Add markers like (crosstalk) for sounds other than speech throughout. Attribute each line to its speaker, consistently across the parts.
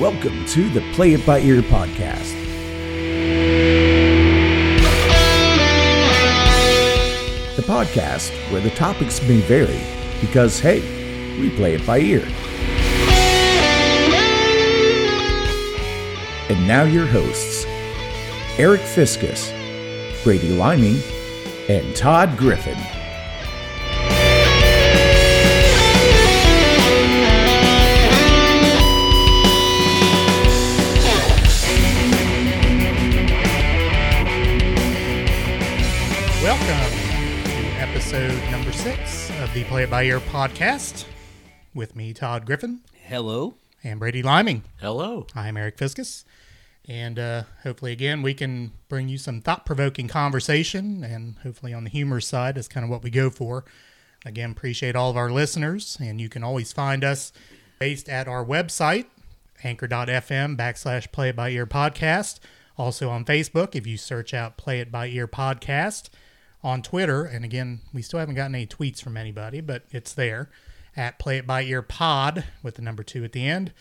Speaker 1: Welcome to the Play It By Ear podcast. The podcast where the topics may vary because, hey, we play it by ear. And now your hosts, Eric Fiskus, Brady Liming, and Todd Griffin.
Speaker 2: Welcome to episode number six of the Play It By Ear podcast. With me, Todd Griffin
Speaker 3: Hello.
Speaker 2: and Brady Liming.
Speaker 3: Hello.
Speaker 2: I'm Eric Fiskus. And uh, hopefully, again, we can bring you some thought provoking conversation and hopefully on the humorous side is kind of what we go for. Again, appreciate all of our listeners. And you can always find us based at our website, anchor.fm backslash play it by ear podcast. Also on Facebook, if you search out play it by ear podcast. On Twitter, and again, we still haven't gotten any tweets from anybody, but it's there at play it by ear pod with the number two at the end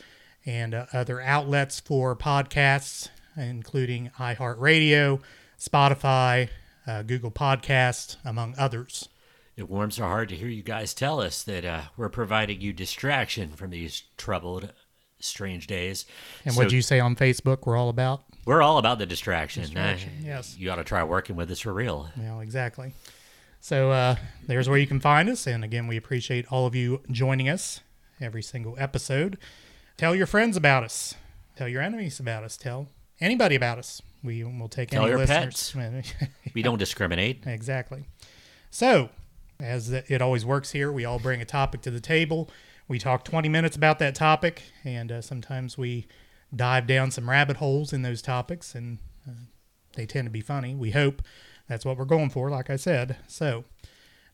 Speaker 2: and uh, other outlets for podcasts, including iHeartRadio, Spotify, uh, Google Podcast, among others.
Speaker 3: It warms our heart to hear you guys tell us that uh, we're providing you distraction from these troubled, strange days.
Speaker 2: And
Speaker 3: So
Speaker 2: what'd you say on Facebook? We're all about.
Speaker 3: We're all about the distraction. Distraction.
Speaker 2: yes.
Speaker 3: You ought to try working with us for real.
Speaker 2: Well, exactly. So uh, there's where you can find us. And again, we appreciate all of you joining us every single episode. Tell your friends about us. Tell your enemies about us. Tell anybody about us. We will take
Speaker 3: Tell
Speaker 2: any
Speaker 3: your
Speaker 2: listeners. (laughs)
Speaker 3: We don't discriminate.
Speaker 2: Exactly. So, as it always works here, we all bring a topic to the table. We talk 20 minutes about that topic, and uh, sometimes we dive down some rabbit holes in those topics, and uh, they tend to be funny. We hope that's what we're going for, like I said. So,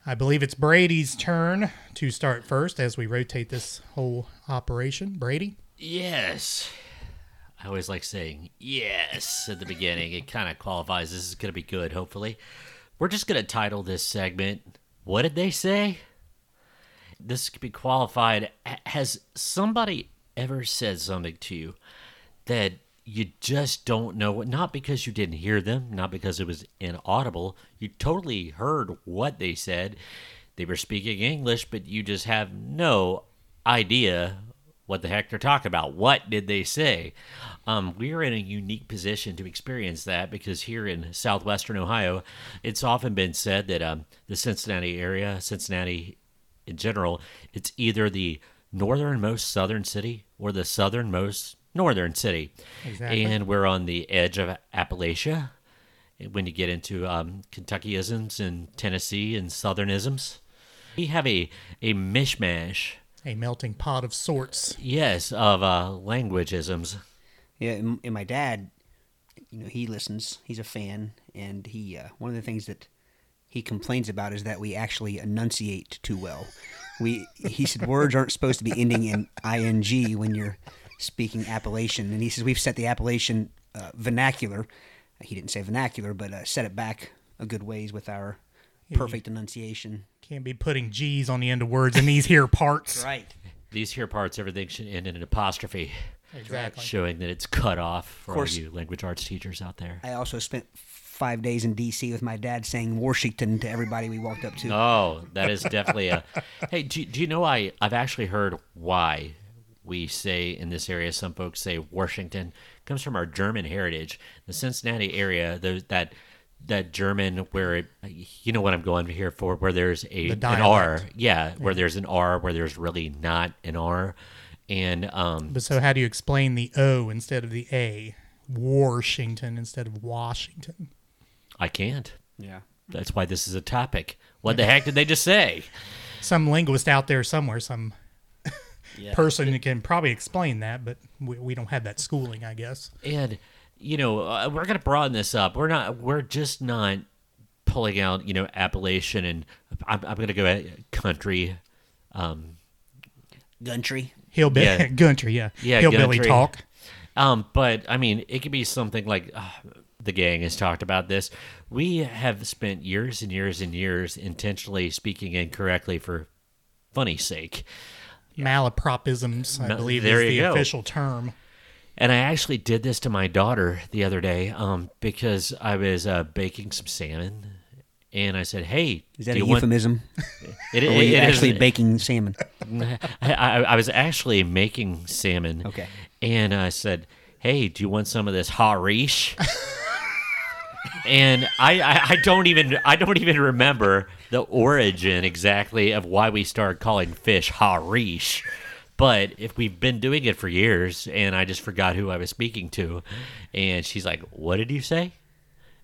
Speaker 2: I believe it's Brady's turn to start first as we rotate this whole operation. Brady?
Speaker 3: Yes. I always like saying yes at the beginning. It kind of qualifies. This is going to be good, hopefully. We're just going to title this segment, What Did They Say? This could be qualified. H- Has somebody ever said something to you that you just don't know? what- Not because you didn't hear them, not because it was inaudible. You totally heard what they said. They were speaking English, but you just have no idea what the heck they're talking about. What did they say? Um, we're in a unique position to experience that because here in southwestern Ohio, it's often been said that um, the Cincinnati area, Cincinnati in general, it's either the northernmost southern city or the southernmost northern city.
Speaker 2: Exactly.
Speaker 3: And we're on the edge of Appalachia when you get into um, Kentuckyisms and Tennessee and Southernisms. We have a, a mishmash
Speaker 2: A melting pot of sorts.
Speaker 3: Yes, of uh, languageisms.
Speaker 4: Yeah, and, and my dad, you know, he listens. He's a fan, and he uh, one of the things that he complains about is that we actually enunciate too well. We he said (laughs) words aren't supposed to be ending in ing when you're speaking Appalachian, and he says we've set the Appalachian uh, vernacular. He didn't say vernacular, but uh, set it back a good ways with our perfect enunciation.
Speaker 2: Can't be putting G's on the end of words in these here parts.
Speaker 4: Right.
Speaker 3: These here parts, everything should end in an apostrophe,
Speaker 2: Exactly.
Speaker 3: showing that it's cut off for all
Speaker 4: course.
Speaker 3: you language arts teachers out there.
Speaker 4: I also spent five days in D.C. with my dad saying Washington to everybody we walked up to.
Speaker 3: Oh, that is definitely a. (laughs) Hey, do, do you know I I've actually heard why we say in this area some folks say Washington comes from our German heritage. The Cincinnati area, those that that German where it, you know what I'm going here for, where there's a an R,
Speaker 2: dialect.
Speaker 3: yeah, where there's an R, where there's really not an R, and um,
Speaker 2: But so, how do you explain the O instead of the A? Washington instead of Washington.
Speaker 3: I can't.
Speaker 4: Yeah.
Speaker 3: That's why this is a topic. What the heck did they just say?
Speaker 2: Some linguist out there somewhere,
Speaker 3: (laughs)
Speaker 2: some person who can probably explain that, but we, we don't have that schooling, I guess.
Speaker 3: And you know, uh, we're gonna broaden this up. We're not. We're just not pulling out. You know, Appalachian and I'm, I'm gonna go at country. Um,
Speaker 4: Gentry.
Speaker 2: Hillbilly, (laughs)
Speaker 3: Yeah.
Speaker 2: Guntry, yeah,
Speaker 3: Yeah,
Speaker 2: hillbilly
Speaker 3: Guntry.
Speaker 2: talk.
Speaker 3: um, but I mean, it could be something like uh, the gang has talked about this. We have spent years and years and years intentionally speaking incorrectly for funny sake.
Speaker 2: Malapropisms, I
Speaker 3: Ma-
Speaker 2: believe,
Speaker 3: there
Speaker 2: is
Speaker 3: you
Speaker 2: the
Speaker 3: go.
Speaker 2: official term.
Speaker 3: And I actually did this to my daughter the other day um, because I was uh, baking some salmon, and I said, "Hey,
Speaker 4: Is that
Speaker 3: do
Speaker 4: a
Speaker 3: you want-
Speaker 4: (laughs) euphemism?
Speaker 3: It,
Speaker 4: Or were you
Speaker 3: it- it
Speaker 4: actually
Speaker 3: is-
Speaker 4: baking salmon?
Speaker 3: I, I, I was actually making salmon.
Speaker 4: Okay.
Speaker 3: And I said, "Hey, do you want some of this harish?" and I, I, I don't even I don't even remember the origin exactly of why we started calling fish harish. But if we've been doing it for years, and I just forgot who I was speaking to, and she's like, "What did you say?"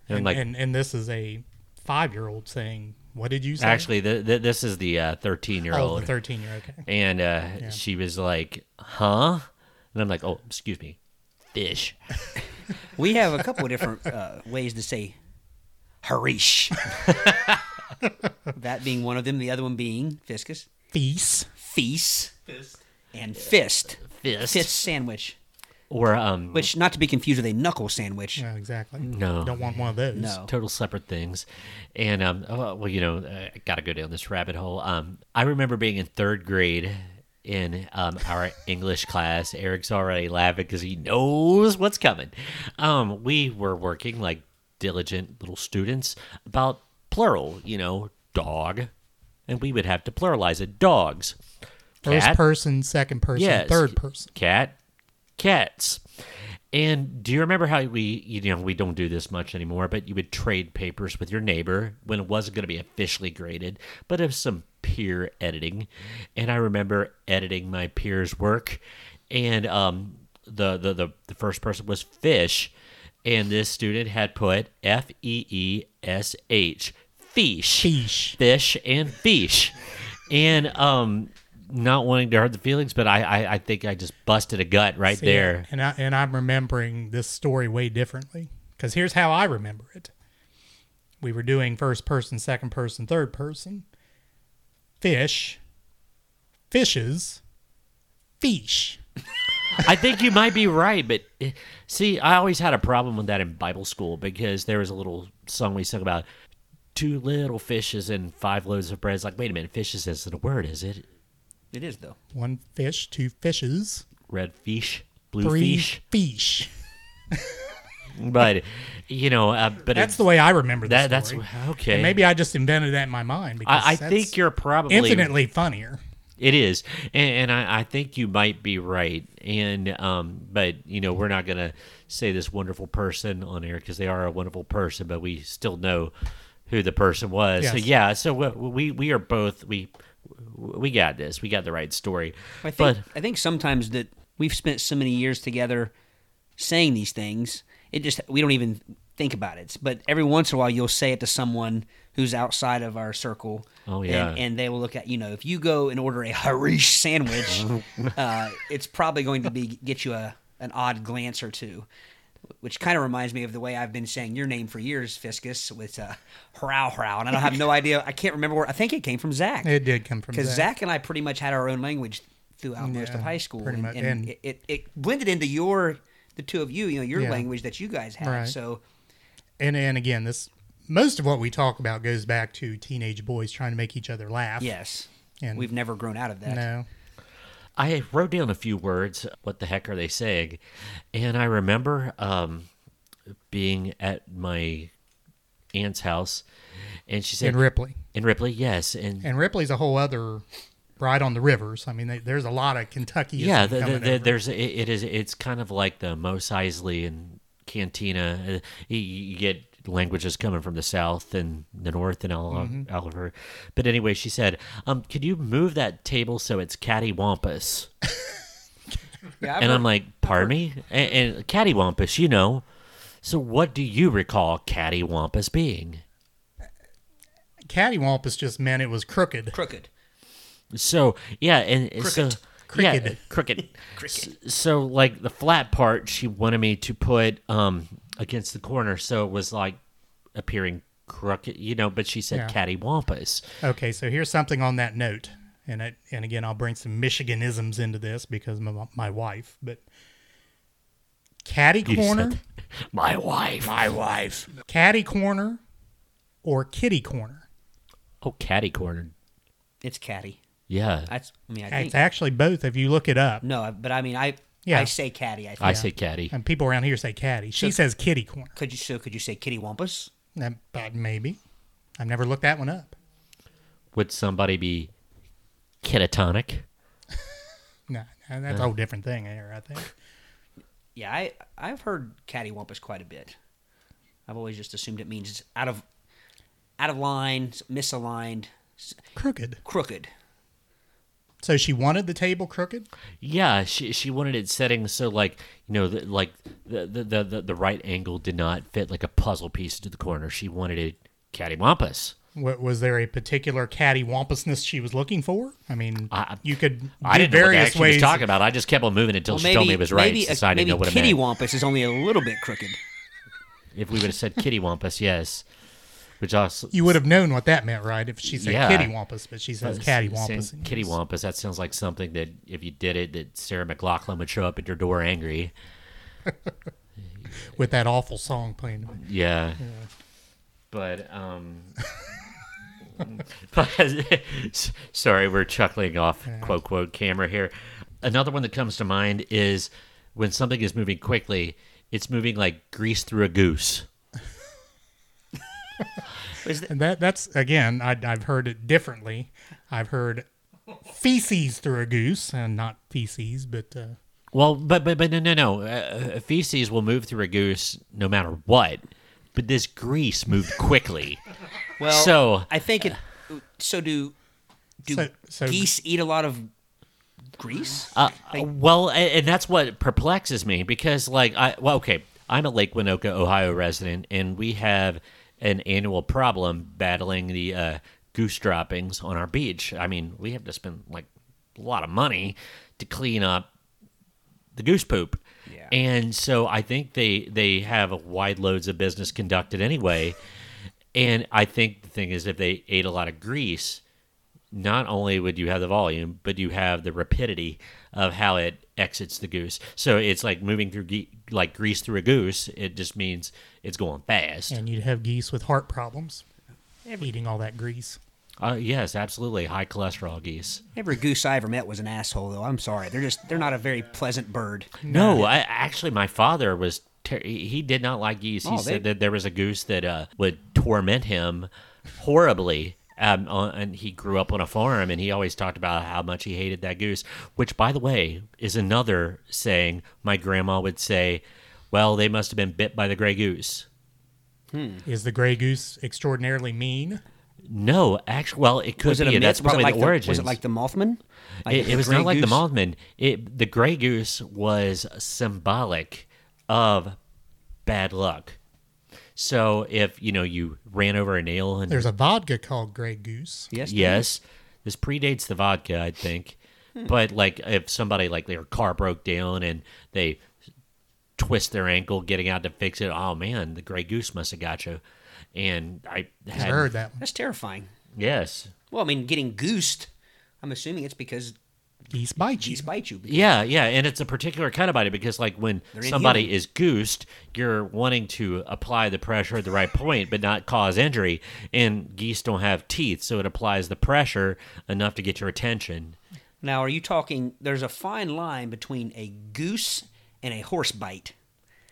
Speaker 3: And, I'm like,
Speaker 2: and and this is a five year old saying, "What did you say?"
Speaker 3: actually, th th this is the uh, thirteen year
Speaker 2: oh,
Speaker 3: old.
Speaker 2: the thirteen year okay.
Speaker 3: And uh, she was like, huh? And I'm like, oh, excuse me, fish.
Speaker 4: We have a couple of different uh, ways to say (laughs) harish. that being one of them, the other one being fiscus,
Speaker 2: Feast.
Speaker 4: feast, and fist.
Speaker 3: Fist.
Speaker 4: Fist sandwich,
Speaker 3: Or, um,
Speaker 4: which not to be confused with a knuckle sandwich.
Speaker 2: Yeah, exactly.
Speaker 3: No.
Speaker 2: don't want one of those.
Speaker 4: No.
Speaker 3: total separate things. And, um, oh, well, you know, I got to go down this rabbit hole. Um, I remember being in third grade in um, our English class. Eric's already laughing because he knows what's coming. Um, we were working like diligent little students about plural, you know, dog. And we would have to pluralize it dogs.
Speaker 2: First
Speaker 3: cat.
Speaker 2: person, second person,
Speaker 3: Yes.
Speaker 2: third person.
Speaker 3: cat cats and do you remember how we you know we don't do this much anymore but you would trade papers with your neighbor when it wasn't going to be officially graded but of some peer editing and i remember editing my peers work and um the the the, the first person was fish and this student had put f e e s h fish
Speaker 2: Fish.
Speaker 3: fish and fish and um not wanting to hurt the feelings but i i, I think i just busted a gut right
Speaker 2: See,
Speaker 3: there
Speaker 2: And I and I'm remembering this story way differently because here's how I remember it. We were doing first person, second person, third person, fish, fishes, fish.
Speaker 3: i think you might be right but eh, see i always had a problem with that in bible school because there was a little song we sung about two little fishes and five loaves of bread it's like wait a minute fishes isn't a word is it
Speaker 4: It is though.
Speaker 2: One fish, two fishes,
Speaker 3: red fish blue
Speaker 2: three
Speaker 3: fish
Speaker 2: fish.
Speaker 3: but you know uh, but
Speaker 2: That's
Speaker 3: it-
Speaker 2: the way I remember the
Speaker 3: that that's
Speaker 2: story.
Speaker 3: okay
Speaker 2: And maybe I just invented that in my mind because
Speaker 3: I, I
Speaker 2: that's
Speaker 3: think you're probably
Speaker 2: infinitely funnier.
Speaker 3: It is, and, and I, I think you might be right. And um, but you know, we're not gonna say this wonderful person on air because they are a wonderful person, but we still know who the person was. So
Speaker 2: Yes.
Speaker 3: yeah, so we we, we are both we we got this. We got the right story.
Speaker 4: I think
Speaker 3: but
Speaker 4: I think sometimes that we've spent so many years together saying these things, it just we don't even think about it. But every once in a while, you'll say it to someone who's outside of our circle.
Speaker 3: Oh,
Speaker 4: and-
Speaker 3: yeah.
Speaker 4: and, they will look at you know if you go and order a (laughs) harish
Speaker 3: (laughs)
Speaker 4: sandwich, uh, it's probably going to be get you a an odd glance or two. Which kind of reminds me of the way I've been saying your name for years, Fiscus, with uh, "hrow hrow," and I don't
Speaker 3: (laughs)
Speaker 4: have no idea. I can't remember where. I think it came from Zach
Speaker 2: It did come from
Speaker 4: because
Speaker 2: that.
Speaker 4: Zach and I pretty much had our own language throughout most of
Speaker 2: Yeah,
Speaker 4: high school,
Speaker 2: pretty
Speaker 4: and,
Speaker 2: much,
Speaker 4: and
Speaker 2: and-
Speaker 4: it, it, it blended into your the two of you, you know, your
Speaker 2: Yeah.
Speaker 4: language that you guys had.
Speaker 2: Right.
Speaker 4: So
Speaker 2: and and again this most of what we talk about goes back to teenage boys trying to make each other laugh
Speaker 4: yes,
Speaker 2: And-
Speaker 4: we've never grown out of that.
Speaker 2: no
Speaker 3: I wrote down a few words. What the heck are they saying? And I remember um, being at my aunt's house, and she said
Speaker 2: and ripley
Speaker 3: in Ripley, yes, and
Speaker 2: and ripley's a whole other ride on the rivers i mean they, there's a lot of kentucky
Speaker 3: yeah the, the, the, there's it, it is it's kind of like the Mos Eisley and Cantina Uh, you, you get languages coming from the south and the north and all, all over but anyway she said um could you move that table so it's cattywampus
Speaker 4: Yeah, I've
Speaker 3: and
Speaker 4: heard-
Speaker 3: I'm like pardon me and, and cattywampus you know so what do you recall cattywampus being
Speaker 2: cattywampus just meant it was crooked
Speaker 4: crooked.
Speaker 3: So yeah, and and so
Speaker 2: Cricket.
Speaker 3: yeah, uh, cricket. S- So like the flat part, she wanted me to put um against the corner, so it was like appearing crooked, you know. But she said
Speaker 2: Yeah.
Speaker 3: cattywampus.
Speaker 2: okay so here's something on that note and it, and again i'll bring some michiganisms into this because my, my wife but catty
Speaker 3: You
Speaker 2: corner
Speaker 3: said, my wife. My wife.
Speaker 2: catty corner or kitty corner
Speaker 3: Oh, catty corner.
Speaker 4: It's catty.
Speaker 3: Yeah.
Speaker 4: That's I mean I
Speaker 2: it's
Speaker 4: think
Speaker 2: actually both if you look it up
Speaker 4: no, I- but I mean I
Speaker 2: Yeah.
Speaker 4: I say caddy. I think.
Speaker 3: I say caddy.
Speaker 2: and people around here say caddy. She says kitty corner.
Speaker 4: Could you so? Could you say kitty wampus?
Speaker 2: That- But maybe. I've never looked that one up.
Speaker 3: Would somebody be catatonic?
Speaker 2: No, no, that's a whole different thing there, I think.
Speaker 4: Yeah, I I've heard caddy wampus quite a bit. I've always just assumed it means it's out of out of line, misaligned, s-
Speaker 2: Crooked.
Speaker 4: crooked.
Speaker 2: So she wanted the table crooked?
Speaker 3: Yeah, she she wanted it setting so like you know the, like the, the the the- the right angle did not fit like a puzzle piece to the corner. She wanted it cattywampus.
Speaker 2: What, was there a particular caddy wampusness she was looking for? I mean,
Speaker 3: I-
Speaker 2: you could do
Speaker 3: I didn't know what
Speaker 2: various
Speaker 3: the heck she
Speaker 2: ways.
Speaker 3: was talking about. I just kept on moving until
Speaker 4: Well,
Speaker 3: she told me it was right.
Speaker 4: Maybe, a-
Speaker 3: so I didn't
Speaker 4: maybe
Speaker 3: know what it
Speaker 4: kitty
Speaker 3: meant.
Speaker 4: wampus is only a little bit crooked.
Speaker 3: if we would have said kittywampus, yes, which also
Speaker 2: You would have known what that meant, right? If she said
Speaker 3: Yeah.
Speaker 2: kitty wampus, but she says caddy wampus.
Speaker 3: Saying Kittywampus. That sounds like something that if you did it, that Sarah McLaughlin would show up at your door angry.
Speaker 2: with that awful song playing.
Speaker 3: Yeah. But um. (laughs) but- (laughs) sorry, we're chuckling off quote quote camera here. Another one that comes to mind is when something is moving quickly, it's moving like grease through a goose.
Speaker 4: Is that,
Speaker 2: And that that's again, I, I've heard it differently. I've heard feces through a goose, and not feces, but uh,
Speaker 3: Well, but but but no no no, uh, feces will move through a goose no matter what. But this grease moved quickly.
Speaker 4: well,
Speaker 3: So-
Speaker 4: I think it. So do do
Speaker 2: So- so-
Speaker 4: geese eat a lot of grease?
Speaker 3: Uh, well, a- and that's what perplexes me because, like, I well, okay, I'm a Lake Winoka, Ohio resident, and we have an annual problem battling the uh, goose droppings on our beach. I mean, we have to spend like a lot of money to clean up the goose poop.
Speaker 4: Yeah.
Speaker 3: And so I think they they have wide loads of business conducted anyway. and I think the thing is if they ate a lot of grease, not only would you have the volume, but you have the rapidity of how it exits the goose. So it's like moving through ge- like grease through a goose. It just means it's going fast.
Speaker 2: and you'd have geese with heart problems, eating all that grease.
Speaker 3: Uh, yes, absolutely. High cholesterol geese.
Speaker 4: Every goose I ever met was an asshole, though. I'm sorry, they're just they're not a very pleasant bird.
Speaker 3: No, I, actually, my father was. Ter- he he did not like geese. He
Speaker 4: Oh, they-
Speaker 3: said that there was a goose that uh, would torment him horribly. Um, on, and he grew up on a farm, and he always talked about how much he hated that goose. Which, by the way, is another saying my grandma would say. Well, they must have been bit by the gray goose. Mm-hmm.
Speaker 2: Is the gray goose extraordinarily mean?
Speaker 3: No, actually, well, it could
Speaker 4: Was it
Speaker 3: be.
Speaker 4: a myth?
Speaker 3: That's
Speaker 4: was it
Speaker 3: probably
Speaker 4: like
Speaker 3: the
Speaker 4: the-
Speaker 3: origin.
Speaker 4: Was it like the Mothman? Like
Speaker 3: it,
Speaker 4: the
Speaker 3: it was
Speaker 4: gray
Speaker 3: not like the
Speaker 4: goose?
Speaker 3: Mothman. It the gray goose was symbolic of bad luck. So if you know you ran over a nail and
Speaker 2: There's a vodka called Grey Goose.
Speaker 4: Yes.
Speaker 3: yes, this predates the vodka, I think.
Speaker 4: Hmm.
Speaker 3: but like if somebody like their car broke down and they twist their ankle getting out to fix it, oh man, the gray goose must have got you. And I
Speaker 2: I
Speaker 3: had
Speaker 2: heard that one.
Speaker 4: That's terrifying.
Speaker 3: yes,
Speaker 4: Well, I mean, getting goosed. I'm assuming it's because
Speaker 2: Geese bite you.
Speaker 4: geese bite you. because-
Speaker 3: Yeah, yeah, and it's a particular kind of bite because, like, when somebody
Speaker 4: inhuman.
Speaker 3: is goosed, you're wanting to apply the pressure at the right point, but not cause injury. And geese don't have teeth, so it applies the pressure enough to get your attention.
Speaker 4: Now, are you talking? There's a fine line between a goose and a horse bite.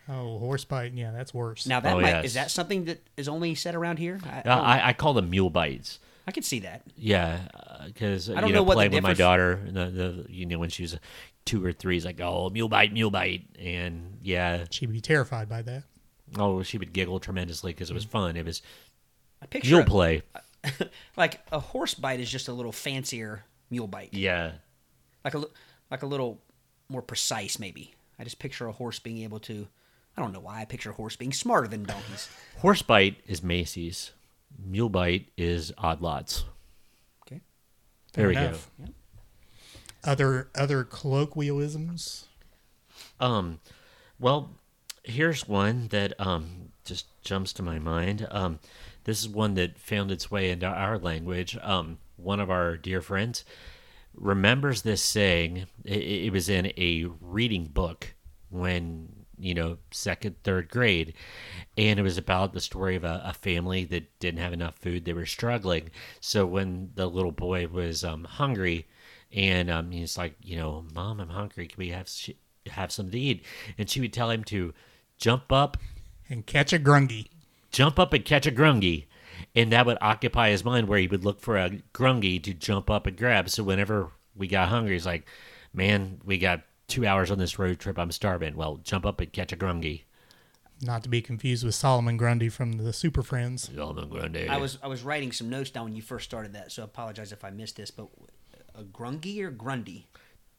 Speaker 2: Oh, horse bite. Yeah, that's worse.
Speaker 4: Now, that
Speaker 3: Oh,
Speaker 4: might,
Speaker 3: yes.
Speaker 4: is that something that is only said around here? I,
Speaker 3: Uh, I, I call them mule bites.
Speaker 4: I can see that.
Speaker 3: Yeah, because you
Speaker 4: don't
Speaker 3: know,
Speaker 4: know what the
Speaker 3: playing with my
Speaker 4: difference-
Speaker 3: daughter, the, the you know when she was two or three, is like, oh, mule bite, mule bite, and yeah,
Speaker 2: She'd be terrified by that.
Speaker 3: oh, she would giggle tremendously because it was fun. It was
Speaker 4: I Mm. picture Uh,
Speaker 3: mule
Speaker 4: a-
Speaker 3: play.
Speaker 4: like a horse bite is just a little fancier mule bite,
Speaker 3: Yeah,
Speaker 4: like a li- like a little more precise, maybe. I just picture a horse being able to. I don't know why I picture a horse being smarter than donkeys.
Speaker 3: Horse bite is Macy's. Mule bite is Odd Lots.
Speaker 4: Okay.
Speaker 3: There we
Speaker 2: enough. Other other colloquialisms.
Speaker 3: go. Um, well, here's one that um, just jumps to my mind. Um, this is one that found its way into our language. Um, one of our dear friends remembers this saying. It, it was in a reading book when you know second third grade and it was about the story of a, a family that didn't have enough food they were struggling so when the little boy was um, hungry and um, he's like you know mom i'm hungry can we have sh- have something to eat. And she would tell him to jump up,
Speaker 2: and catch a grungy.
Speaker 3: jump up and catch a grungy. And that would occupy his mind where he would look for a grungy to jump up and grab. So whenever we got hungry, he's like, man, we got two hours on this road trip. I'm starving. Well, jump up and catch a grungy.
Speaker 2: Not to be confused with Solomon Grundy from the Super Friends.
Speaker 3: Solomon Grundy.
Speaker 4: I was I was writing some notes down when you first started that, so I apologize if I missed this. But a grungy or grundy,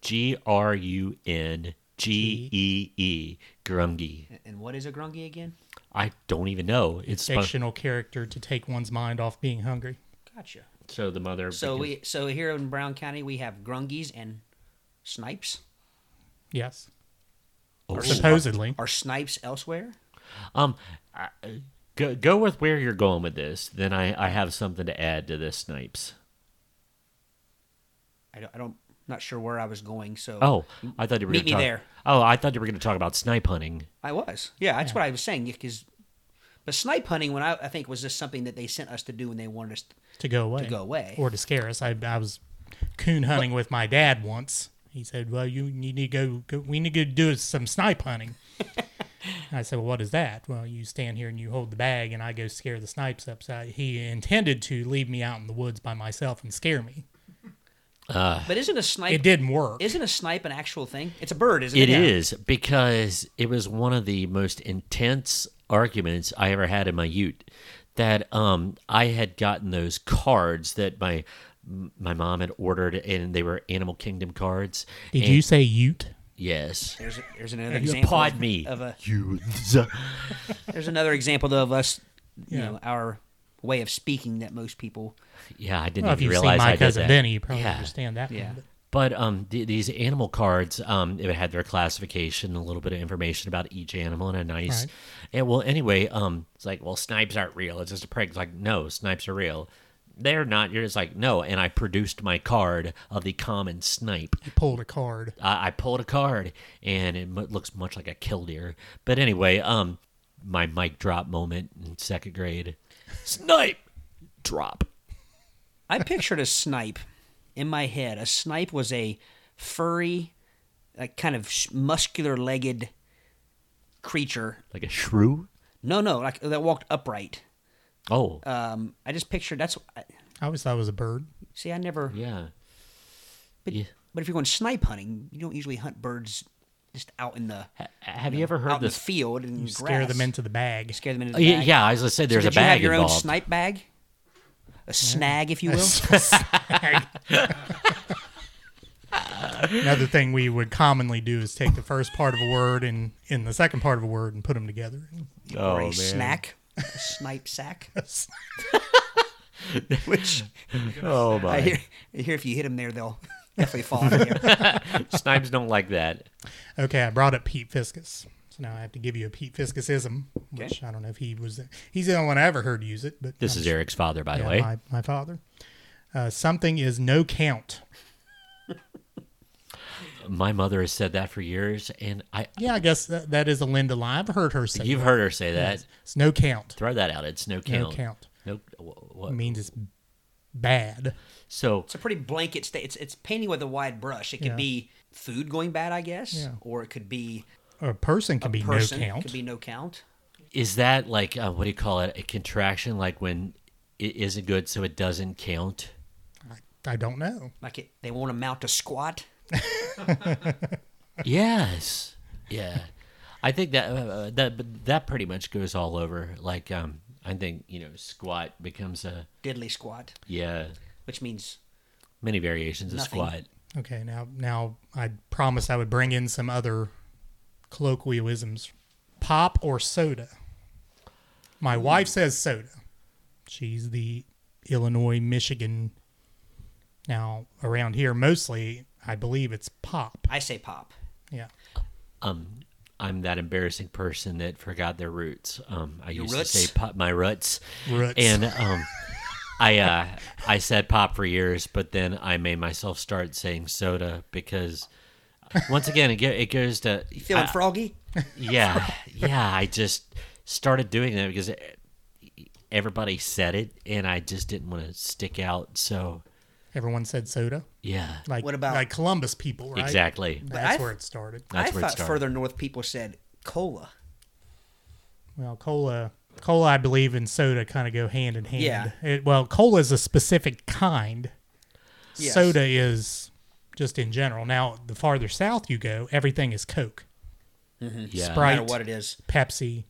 Speaker 3: G R U N G E E grungy.
Speaker 4: and what is a grungy again?
Speaker 3: I don't even know. It's supposed
Speaker 2: Fictional character to take one's mind off being hungry.
Speaker 4: Gotcha.
Speaker 3: so the mother.
Speaker 4: So
Speaker 3: because-
Speaker 4: we so here in Brown County we have grungies and snipes.
Speaker 2: Yes.
Speaker 3: Oh,
Speaker 2: Supposedly.
Speaker 4: Are snipes elsewhere?
Speaker 3: Um, I- go go with where you're going with this. Then I I have something to add to this snipes.
Speaker 4: I don't. I don't not sure where I was going. So
Speaker 3: Oh, I thought you were
Speaker 4: Meet
Speaker 3: gonna
Speaker 4: me
Speaker 3: talk-
Speaker 4: there.
Speaker 3: Oh, I thought you were going to talk about snipe hunting.
Speaker 4: I was. Yeah, that's what I was saying. Because but snipe hunting, when I, I think was just something that they sent us to do when they wanted us. To,
Speaker 2: to go away.
Speaker 4: to go away.
Speaker 2: Or to scare us. I, I was coon hunting with my dad once. He said, "Well, you, you need to go, go. We need to go do some snipe hunting." (laughs) I said, "Well, what is that?" Well, you stand here and you hold the bag, and I go scare the snipes up. So he intended to leave me out in the woods by myself and scare me.
Speaker 4: but isn't a snipe?
Speaker 2: It didn't work.
Speaker 4: Isn't a snipe an actual thing? It's a bird, isn't
Speaker 3: It
Speaker 4: it?
Speaker 3: is because it was one of the most intense arguments I ever had in my Ute. That um, I had gotten those cards that my my mom had ordered, and they were Animal Kingdom cards.
Speaker 2: Did
Speaker 3: And-
Speaker 2: you say Ute?
Speaker 3: Yes.
Speaker 4: There's, there's another
Speaker 3: You
Speaker 4: example.
Speaker 3: pod
Speaker 4: of-
Speaker 3: me.
Speaker 4: Of a, (laughs)
Speaker 3: You.
Speaker 4: there's another example of us, you
Speaker 2: Yeah.
Speaker 4: know, our way of speaking that most people.
Speaker 3: Yeah, I didn't
Speaker 2: Well, if
Speaker 3: even
Speaker 2: you've
Speaker 3: realize
Speaker 2: seen my
Speaker 3: I did
Speaker 2: cousin
Speaker 3: that.
Speaker 2: Benny, you probably
Speaker 3: Yeah.
Speaker 2: understand that. one,
Speaker 4: Yeah.
Speaker 2: but-
Speaker 3: But um, th- these animal cards, um, it had their classification, a little bit of information about each animal, and a nice.
Speaker 2: Right.
Speaker 3: And well, anyway, um, it's like, well, snipes aren't real. It's just a prank. It's like, no, snipes are real. They're not. You're just like, no. And I produced my card of the common snipe.
Speaker 2: You pulled a card.
Speaker 3: I, I pulled a card, and it mu- looks much like a killdeer. But anyway, um, my mic drop moment in second grade, snipe, drop.
Speaker 4: I pictured a snipe in my head. A snipe was a furry, like kind of sh- muscular-legged creature.
Speaker 3: like a shrew.
Speaker 4: No, no, like that walked upright.
Speaker 3: Oh,
Speaker 4: Um, I just pictured that's. I-
Speaker 2: I always thought it was a bird.
Speaker 4: See, I never.
Speaker 3: yeah.
Speaker 4: But,
Speaker 3: yeah.
Speaker 4: but if you're going snipe hunting, you don't usually hunt birds just out in the
Speaker 3: Ha- Have you ever
Speaker 4: out
Speaker 3: heard
Speaker 4: in the
Speaker 3: this?
Speaker 4: field and
Speaker 2: You scare them
Speaker 4: grass.
Speaker 2: into the bag.
Speaker 4: scare them into
Speaker 3: Uh,
Speaker 4: the
Speaker 3: yeah,
Speaker 4: bag.
Speaker 3: yeah, I was gonna say there's a
Speaker 4: Did you
Speaker 3: bag
Speaker 4: have your own
Speaker 3: involved.
Speaker 4: snipe bag? A snag, if you will.
Speaker 2: (laughs) Another thing we would commonly do is take the first part of a word and in the second part of a word and put them together. (laughs)
Speaker 4: or
Speaker 3: oh
Speaker 4: a
Speaker 3: man, (laughs)
Speaker 4: snack. A snipe sack.
Speaker 3: (laughs) oh
Speaker 4: I
Speaker 3: my,
Speaker 4: hear, I hear if you hit them there, they'll (laughs) definitely fall out of there.
Speaker 3: snipes don't like that.
Speaker 2: Okay, I brought up Pete Fiscus. So now I have to give you a Pete Fiscusism, which
Speaker 4: Okay.
Speaker 2: I don't know if he was. He's the only one I ever heard use it. But
Speaker 3: This is Eric's father, by the
Speaker 2: yeah,
Speaker 3: way.
Speaker 2: my, my father. Uh, something is no count.
Speaker 3: My mother has said that for years, and I,
Speaker 2: Yeah, I guess that, that is a Linda line. I've heard her say
Speaker 3: you've heard her say that.
Speaker 2: it's no count.
Speaker 3: Throw that out. It's no
Speaker 2: No
Speaker 3: count.
Speaker 2: count.
Speaker 3: No. wh-
Speaker 2: It
Speaker 3: What?
Speaker 2: means it's bad.
Speaker 3: So
Speaker 4: It's a pretty blanket state. It's, it's painting with a wide brush. It could
Speaker 2: Yeah.
Speaker 4: be food going bad, I guess,
Speaker 2: Yeah.
Speaker 4: or it could be
Speaker 2: A person could be
Speaker 4: person.
Speaker 2: no count.
Speaker 4: Could be no count.
Speaker 3: is that like uh, what do you call it? A contraction, like when it isn't good, so it doesn't count.
Speaker 2: I, I don't know.
Speaker 4: Like it, they won't amount to squat.
Speaker 3: Yes. Yeah. I think that uh, that but that pretty much goes all over. Like um, I think you know, squat becomes a
Speaker 4: Diddly squat,
Speaker 3: yeah,
Speaker 4: which means
Speaker 3: many variations of
Speaker 4: Nothing.
Speaker 3: squat.
Speaker 2: Okay, now now I promised I would bring in some other colloquialisms. Pop or soda? My wife says soda. She's the Illinois, Michigan. Now around here, mostly I believe it's pop.
Speaker 4: I say pop.
Speaker 2: Yeah,
Speaker 3: Um, I'm that embarrassing person that forgot their roots. Um, I used
Speaker 4: roots?
Speaker 3: to say pop my roots,
Speaker 2: Roots.
Speaker 3: and um, I uh, I said pop for years, but then I made myself start saying soda because. Once again, it, go, it goes to
Speaker 4: You feeling froggy?
Speaker 3: yeah, yeah. I just started doing that because e, everybody said it, and I just didn't want to stick out. So
Speaker 2: Everyone said soda.
Speaker 3: Yeah.
Speaker 2: Like
Speaker 4: What about-
Speaker 2: like Columbus people, right?
Speaker 3: Exactly.
Speaker 2: That's
Speaker 4: I-
Speaker 2: where it started.
Speaker 3: That's
Speaker 4: I
Speaker 3: where it
Speaker 4: thought
Speaker 3: started.
Speaker 4: further north people said cola.
Speaker 2: Well, cola, cola, I believe, and soda kind of go hand in hand.
Speaker 4: Yeah.
Speaker 2: It, well, cola is a specific kind.
Speaker 4: Yes.
Speaker 2: Soda is just in general. Now, the farther south you go, everything is Coke,
Speaker 3: Yeah.
Speaker 4: No
Speaker 2: Sprite,
Speaker 4: matter what it is.
Speaker 2: Pepsi,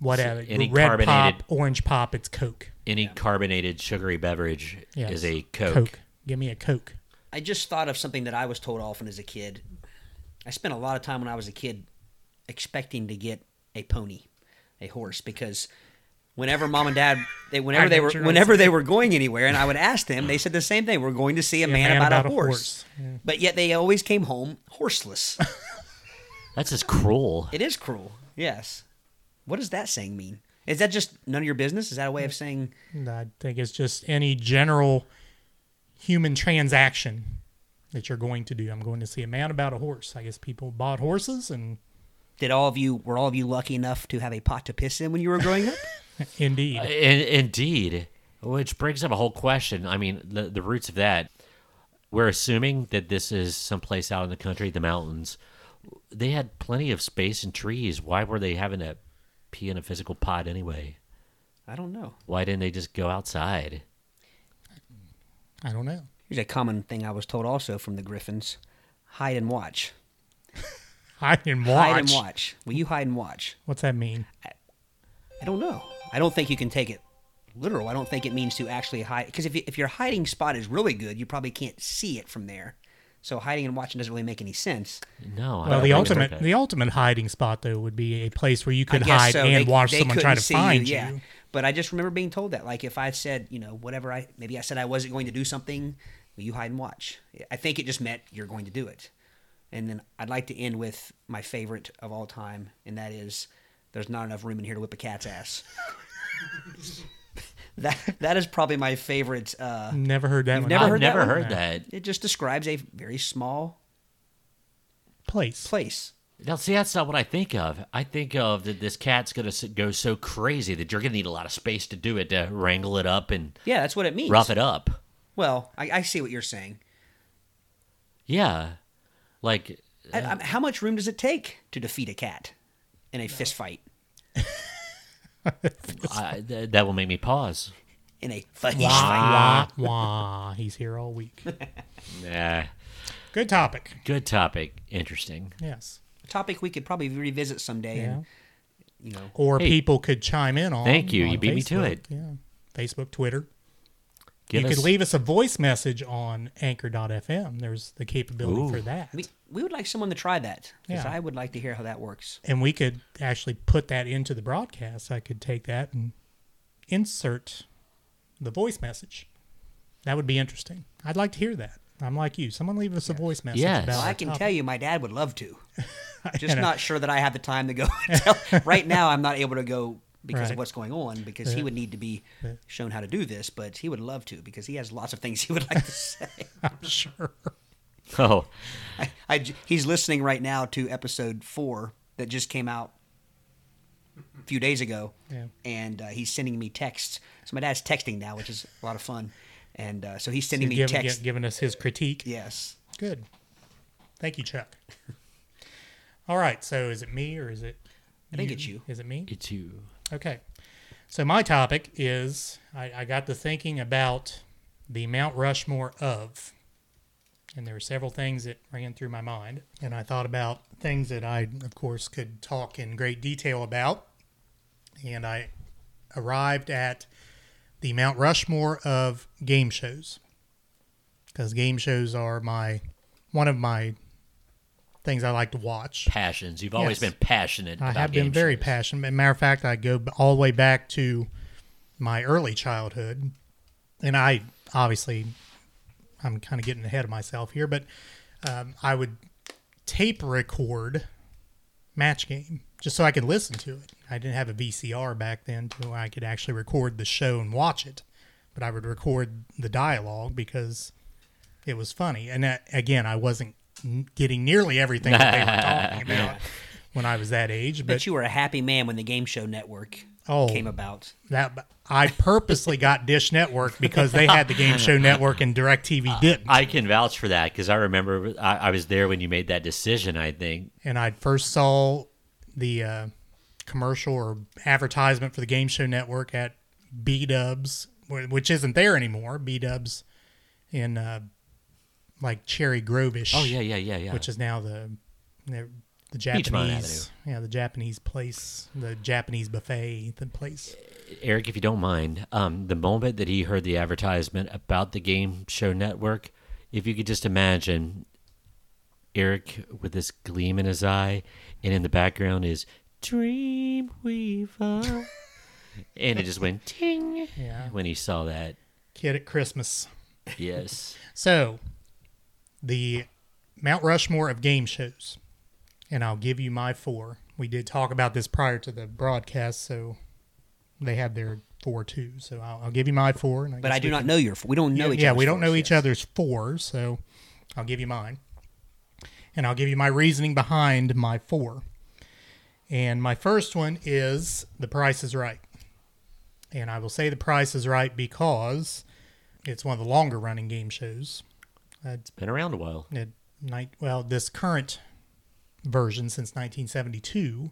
Speaker 2: whatever.
Speaker 3: any
Speaker 2: Red
Speaker 3: carbonated-
Speaker 2: pop, orange pop, it's Coke.
Speaker 3: Any carbonated sugary beverage
Speaker 2: Yes.
Speaker 3: is a Coke.
Speaker 2: Give me a Coke.
Speaker 4: I just thought of something that I was told often as a kid. I spent a lot of time when I was a kid expecting to get a pony, a horse, because whenever mom and dad they whenever
Speaker 2: know
Speaker 4: they
Speaker 2: what
Speaker 4: were
Speaker 2: you're gonna
Speaker 4: whenever they were going anywhere and I would ask them, they said the same thing. We're going to see a man, about, a horse. But yet they always came home horseless. (laughs)
Speaker 3: That's just cruel.
Speaker 4: it is cruel. Yes. What does that saying mean? Is that just none of your business? Is that a way of saying
Speaker 2: And I think it's just any general human transaction that you're going to do. I'm going to see a man about a horse. I guess people bought horses and (laughs)
Speaker 4: did all of you were all of you lucky enough to have a pot to piss in when you were growing up? (laughs)
Speaker 2: indeed.
Speaker 3: In, indeed, which brings up a whole question. I mean, the, the roots of that. We're assuming that this is someplace out in the country, the mountains. They had plenty of space and trees. Why were they having to pee in a physical pod anyway?
Speaker 4: I don't know.
Speaker 3: Why didn't they just go outside?
Speaker 2: I don't know.
Speaker 4: Here's a common thing I was told also from the Griffins hide and watch.
Speaker 2: Hide and watch.
Speaker 4: Hide and watch. Will you hide and watch?
Speaker 2: What's that mean?
Speaker 4: I don't know. I don't think you can take it literal. I don't think it means to actually hide. Because if, you- if your hiding spot is really good, you probably can't see it from there. So hiding and watching doesn't really make any sense.
Speaker 3: No. I
Speaker 2: Well,
Speaker 4: Oh,
Speaker 3: don't
Speaker 2: the
Speaker 3: think
Speaker 2: ultimate
Speaker 3: that.
Speaker 2: the ultimate hiding spot though would be a place where you could
Speaker 4: I guess
Speaker 2: hide
Speaker 4: so.
Speaker 2: and
Speaker 4: They-
Speaker 2: watch
Speaker 4: they
Speaker 2: someone try
Speaker 4: couldn't
Speaker 2: to
Speaker 4: see
Speaker 2: find you.
Speaker 4: Yeah. But I just remember being told that. Like if I said, you know, whatever I maybe I said I wasn't going to do something, will you hide and watch? I think it just meant you're going to do it. And then I'd like to end with my favorite of all time, and that is there's not enough room in here to whip a cat's ass. (laughs) that that is probably my favorite uh
Speaker 2: Never heard that one.
Speaker 4: never
Speaker 3: I've
Speaker 4: heard that
Speaker 3: never
Speaker 4: one?
Speaker 3: heard that.
Speaker 4: it just describes a very small
Speaker 2: place.
Speaker 4: (laughs) place.
Speaker 3: Now, see, that's not what I think of. I think of that this cat's going to go so crazy that you're going to need a lot of space to do it to wrangle it up and
Speaker 4: Yeah, that's what it means.
Speaker 3: rough it up.
Speaker 4: Well, I, I see what you're saying.
Speaker 3: Yeah. Like,
Speaker 4: I- I- how much room does it take to defeat a cat in a fist fight?
Speaker 2: (laughs)
Speaker 3: I, th- that will make me pause.
Speaker 4: In a fist fight?
Speaker 2: Wah, wah. He's here all
Speaker 4: (laughs)
Speaker 2: week.
Speaker 3: Nah.
Speaker 2: Good topic.
Speaker 3: Good topic. Interesting.
Speaker 2: Yes.
Speaker 4: A topic we could probably revisit someday.
Speaker 2: Yeah.
Speaker 4: And, you know,
Speaker 2: Or
Speaker 3: Hey.
Speaker 2: people could chime in on.
Speaker 3: Thank you. You
Speaker 2: on
Speaker 3: beat me to
Speaker 2: Facebook.
Speaker 3: it.
Speaker 2: Yeah. Facebook, Twitter.
Speaker 3: Give
Speaker 2: you
Speaker 3: us-
Speaker 2: could leave us a voice message on anchor.fm. There's the capability for that.
Speaker 4: we, we would like someone to try that because
Speaker 2: Yeah.
Speaker 4: I would like to hear how that works.
Speaker 2: and we could actually put that into the broadcast. I could take that and insert the voice message. That would be interesting. I'd like to hear that. I'm like you. Someone leave us a voice message.
Speaker 3: Yes.
Speaker 2: about
Speaker 3: Well,
Speaker 4: I
Speaker 2: our
Speaker 4: can
Speaker 2: topic.
Speaker 4: tell you, my dad would
Speaker 2: (laughs)
Speaker 4: love to. Just
Speaker 2: know.
Speaker 4: not sure that I have the time
Speaker 2: (laughs)
Speaker 4: to go. and tell. right now, I'm not able to go because
Speaker 2: Right.
Speaker 4: of what's going on. Because he would need to be shown how to do this, but he would love to because he has lots of things he would
Speaker 2: (laughs)
Speaker 4: like to say.
Speaker 2: I'm
Speaker 3: (laughs)
Speaker 2: sure.
Speaker 3: (laughs) Oh,
Speaker 4: I, I j- he's listening right now to episode four that just came out a few days ago,
Speaker 2: Yeah.
Speaker 4: and uh, he's sending me texts. So my dad's texting now, which is a lot of fun, and uh, so he's sending
Speaker 2: You're
Speaker 4: me
Speaker 2: giving,
Speaker 4: texts.
Speaker 2: gi- giving us his critique.
Speaker 4: Yes,
Speaker 2: Good. Thank you, Chuck. All right. So is it me or is it?
Speaker 4: I think it's you.
Speaker 2: Is it me?
Speaker 3: it's you.
Speaker 2: Okay. So my topic is I, I got to thinking about the Mount Rushmore of, and there were several things that ran through my mind, and I thought about things that I, of course, could talk in great detail about, and I arrived at the Mount Rushmore of game shows because game shows are my one of my things I like to watch.
Speaker 3: Passions. You've always
Speaker 2: Yes.
Speaker 3: been passionate
Speaker 2: I
Speaker 3: about
Speaker 2: have been
Speaker 3: game
Speaker 2: very
Speaker 3: shows.
Speaker 2: passionate. Matter of fact, I go b- all the way back to my early childhood, and I obviously I'm kind of getting ahead of myself here, but um, I would tape record match game just so I could listen to it. I didn't have a VCR back then to where I could actually record the show and watch it, but I would record the dialogue because it was funny. And that, again, I wasn't n- getting nearly everything
Speaker 3: (laughs)
Speaker 2: that they were talking about when I was that age,
Speaker 4: but,
Speaker 2: but
Speaker 4: you were a happy man when the game show network
Speaker 2: Oh,
Speaker 4: came about.
Speaker 2: that I purposely got Dish Network because they had the Game Show Network and DirecTV didn't.
Speaker 3: I can vouch for that because I remember I, I was there when you made that decision. I think
Speaker 2: and I first saw the uh, commercial or advertisement for the Game Show Network at B Dubs, wh- which isn't there anymore. B Dubs in uh, like Cherry Groveish.
Speaker 3: Oh yeah, yeah, yeah, yeah.
Speaker 2: which is now the the, the
Speaker 3: Beachmont
Speaker 2: Japanese, yeah, the Japanese place, the Japanese buffet, the place.
Speaker 3: Eric, if you don't mind, um, the moment that he heard the advertisement about the game show network, if you could just imagine Eric with this gleam in his eye, and in the background is
Speaker 2: (laughs)
Speaker 3: Dreamweaver, and it just went ting
Speaker 2: Yeah.
Speaker 3: when he saw that.
Speaker 2: Kid at Christmas.
Speaker 3: Yes,
Speaker 2: So, the Mount Rushmore of game shows, and I'll give you my four. We did talk about this prior to the broadcast, so they had their four too. So I'll, I'll give you my four. And
Speaker 4: But
Speaker 2: guess
Speaker 4: I do
Speaker 2: we
Speaker 4: not
Speaker 2: can-
Speaker 4: know your. We don't know
Speaker 2: yeah,
Speaker 4: each.
Speaker 2: yeah,
Speaker 4: other's
Speaker 2: we don't know
Speaker 4: fours,
Speaker 2: each
Speaker 4: yes.
Speaker 2: other's four, so I'll give you mine. And I'll give you my reasoning behind my four. And my first one is The Price is Right. And I will say The Price is Right because it's one of the longer running game shows. It's
Speaker 3: been around a while.
Speaker 2: it, night, well, this current version since 1972,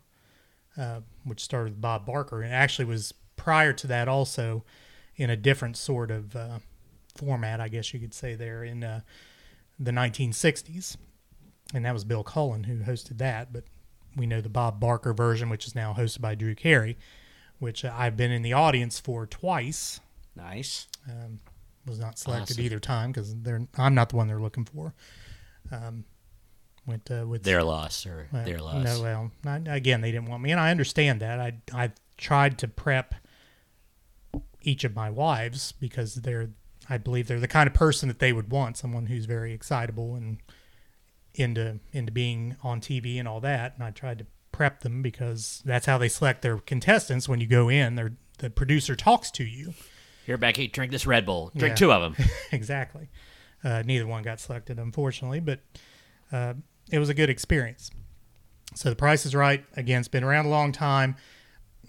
Speaker 2: uh, which started with Bob Barker, and actually was prior to that also in a different sort of uh, format, I guess you could say, there in uh, the 1960s. And that was Bill Cullen who hosted that, but we know the Bob Barker version, which is now hosted by Drew Carey, which uh, I've been in the audience for twice
Speaker 4: Nice.
Speaker 2: um, was not selected
Speaker 3: Awesome.
Speaker 2: either time because they're I'm not the one they're looking for. Um, went uh, with
Speaker 3: Their loss, sir.
Speaker 2: well,
Speaker 3: Their loss.
Speaker 2: No, well, not, again, they didn't want me, and I understand that. I I tried to prep each of my wives because they're I believe they're the kind of person that they would want, someone who's very excitable and into into being on TV and all that. And I tried to prep them because that's how they select their contestants. When you go in, they're, the producer talks to you.
Speaker 3: Here, Becky, drink this Red Bull. Drink
Speaker 2: Yeah.
Speaker 3: two of them.
Speaker 2: exactly. Uh, neither one got selected, unfortunately, but uh, it was a good experience. So the Price is Right again. It's been around a long time.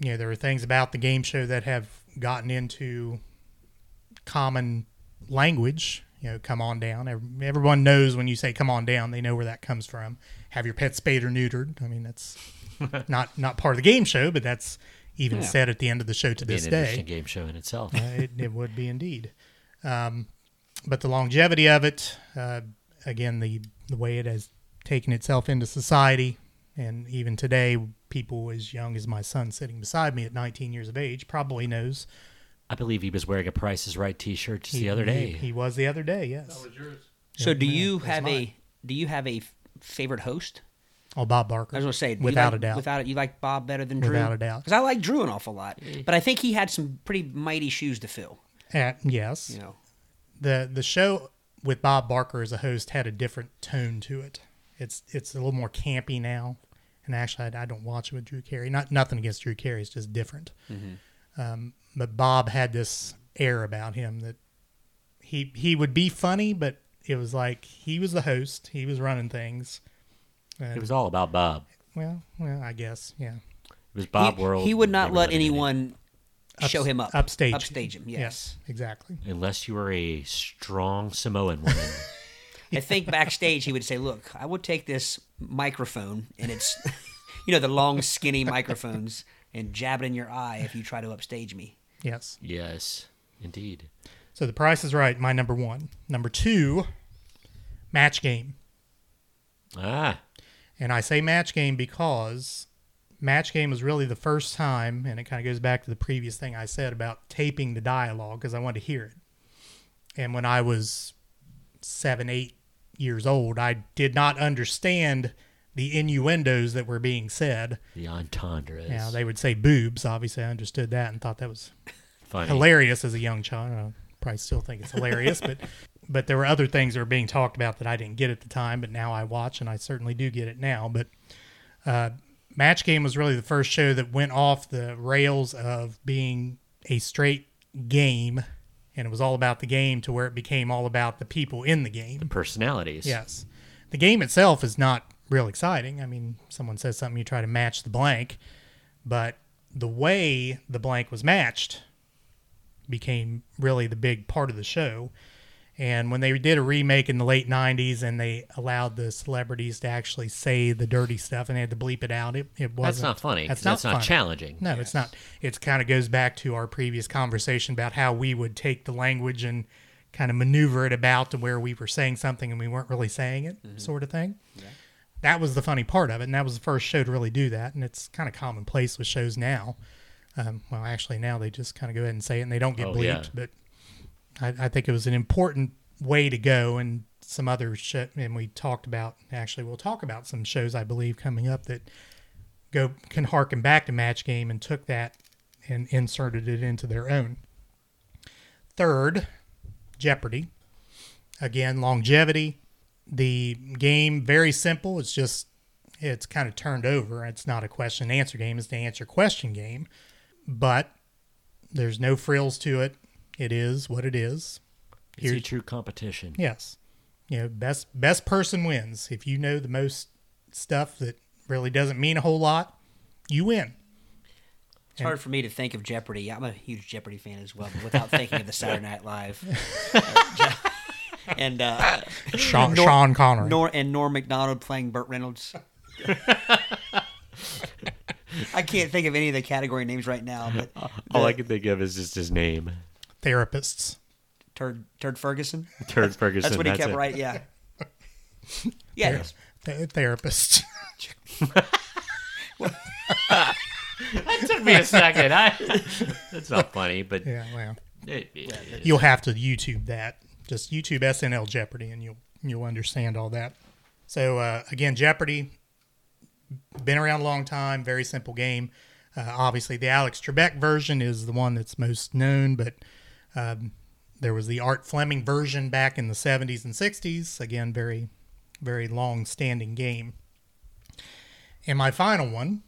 Speaker 2: You know, there are things about the game show that have gotten into common language. You know, come on down. Ev- Everyone knows when you say "come on down," they know where that comes from. Have your pet spayed or neutered. I mean,
Speaker 3: (laughs)
Speaker 2: that's not not part of the game show, but that's even said at the end of the show to (laughs)
Speaker 3: Be
Speaker 2: this
Speaker 3: an
Speaker 2: day.
Speaker 3: interesting game show in itself.
Speaker 2: Uh, it, it would be indeed. Um, but the longevity of it, uh, again, the the way it has taken itself into society, and even today, people as young as my son sitting beside me at 19 years of age probably knows.
Speaker 3: I believe he was wearing a Price is Right T-shirt just
Speaker 2: he-
Speaker 3: the other
Speaker 2: he-
Speaker 3: day.
Speaker 2: he, was the other day. Yes.
Speaker 4: So do you
Speaker 2: that's
Speaker 4: have
Speaker 2: mine.
Speaker 4: a do you have a f- favorite host?
Speaker 2: Oh, Bob Barker.
Speaker 4: I was gonna say do you
Speaker 2: without
Speaker 4: like-
Speaker 2: a doubt.
Speaker 4: Without it, you like Bob better than Drew.
Speaker 2: Without a doubt.
Speaker 4: Because I like Drew an awful lot, but I think he had some pretty mighty shoes to fill.
Speaker 2: Uh, yes.
Speaker 4: You know.
Speaker 2: the the show with Bob Barker as a host had a different tone to it. It's it's a little more campy now, and actually I, I don't watch it with Drew Carey. Not nothing against Drew Carey, it's just different. Um,
Speaker 4: Mm-hmm.
Speaker 2: but Bob had this air about him that he he would be funny, but it was like he was the host, he was running things.
Speaker 3: It was all about Bob.
Speaker 2: Well, well, I guess yeah.
Speaker 3: It was Bob
Speaker 4: he,
Speaker 3: World.
Speaker 4: He would
Speaker 3: and
Speaker 4: not let
Speaker 3: everybody in it.
Speaker 4: anyone show him up.
Speaker 2: upstage,
Speaker 4: Upstage him. Yes.
Speaker 2: exactly.
Speaker 3: unless you were a strong Samoan
Speaker 4: (laughs)
Speaker 3: woman.
Speaker 4: I think backstage he would say, "Look, I will take this microphone, and it's, (laughs) you know, the long skinny microphones, and jab it in your eye if you try to upstage me."
Speaker 2: Yes.
Speaker 3: yes, indeed.
Speaker 2: So the price is right. My number one, number two, match game.
Speaker 3: Ah,
Speaker 2: And I say match game because match game was really the first time, and it kind of goes back to the previous thing I said about taping the dialogue because I wanted to hear it. And when I was seven, eight years old, I did not understand the innuendos that were being said.
Speaker 3: the entendres.
Speaker 2: Now, they would say boobs. Obviously, I understood that and thought that was
Speaker 3: Funny.
Speaker 2: hilarious as a young child. I probably still think it's hilarious, but but there were other things that were being talked about that I didn't get at the time, but now I watch and I certainly do get it now. But uh, Match Game was really the first show that went off the rails of being a straight game, and it was all about the game to where it became all about the people in the game.
Speaker 3: Personalities.
Speaker 2: Yes. The game itself is not real exciting. I mean, someone says something, you try to match the blank, but the way the blank was matched became really the big part of the show. And when they did a remake in the late 90s and they allowed the celebrities to actually say the dirty stuff and they had to bleep it out, it, it wasn't.
Speaker 3: That's not funny. That's not,
Speaker 2: funny.
Speaker 3: challenging.
Speaker 2: No, it's not. It kind of goes back to our previous conversation about how we would take the language and kind of maneuver it about to where we were saying something and we weren't really saying it, sort of thing. That was the funny part of it, and that was the first show to really do that. And it's kind of commonplace with shows now. Um, well, actually, now they just kind of go ahead and say it and they don't get
Speaker 3: Oh,
Speaker 2: bleeped.
Speaker 3: yeah.
Speaker 2: But I, I think it was an important way to go, and some other shit. And we talked about actually, we'll talk about some shows I believe coming up that go can harken back to match game and took that and inserted it into their own. Third, Jeopardy. Again, longevity. The game very simple. It's just it's kind of turned over. It's not a question and answer game. It's the answer question game, but there's no frills to it. It is what it is.
Speaker 3: It's a
Speaker 2: Here's-
Speaker 3: true competition.
Speaker 2: Yes. You know, best best person wins. If you know the most stuff that really doesn't mean a whole lot, you win.
Speaker 4: It's hard for me to think of Jeopardy. I'm a huge Jeopardy fan as well, but without thinking of the Saturday Night Live. and uh,
Speaker 2: Sean,
Speaker 4: Nor-
Speaker 2: Sean Connery.
Speaker 4: Nor and Norm Macdonald playing Burt Reynolds. I can't think of any of the category names right now, but
Speaker 3: All I can think of is just his (laughs) name,
Speaker 2: Therapists.
Speaker 4: Turd, Turd Ferguson.
Speaker 3: Turd Ferguson.
Speaker 4: That's what he kept
Speaker 3: it.
Speaker 4: right. Yeah. Yeah. it is.
Speaker 2: Th- therapists. (laughs)
Speaker 3: It took me (laughs) a second. I, that's not funny, but
Speaker 2: yeah, well.
Speaker 3: it- it-
Speaker 2: You'll have to YouTube that. Just YouTube SNL Jeopardy and you'll you'll understand all that. So uh, again, Jeopardy been around a long time, very simple game. Uh, obviously, the Alex Trebek version is the one that's most known, but um, there was the Art Fleming version back in the 70s and 60s. Again, very, very long standing game. And my final one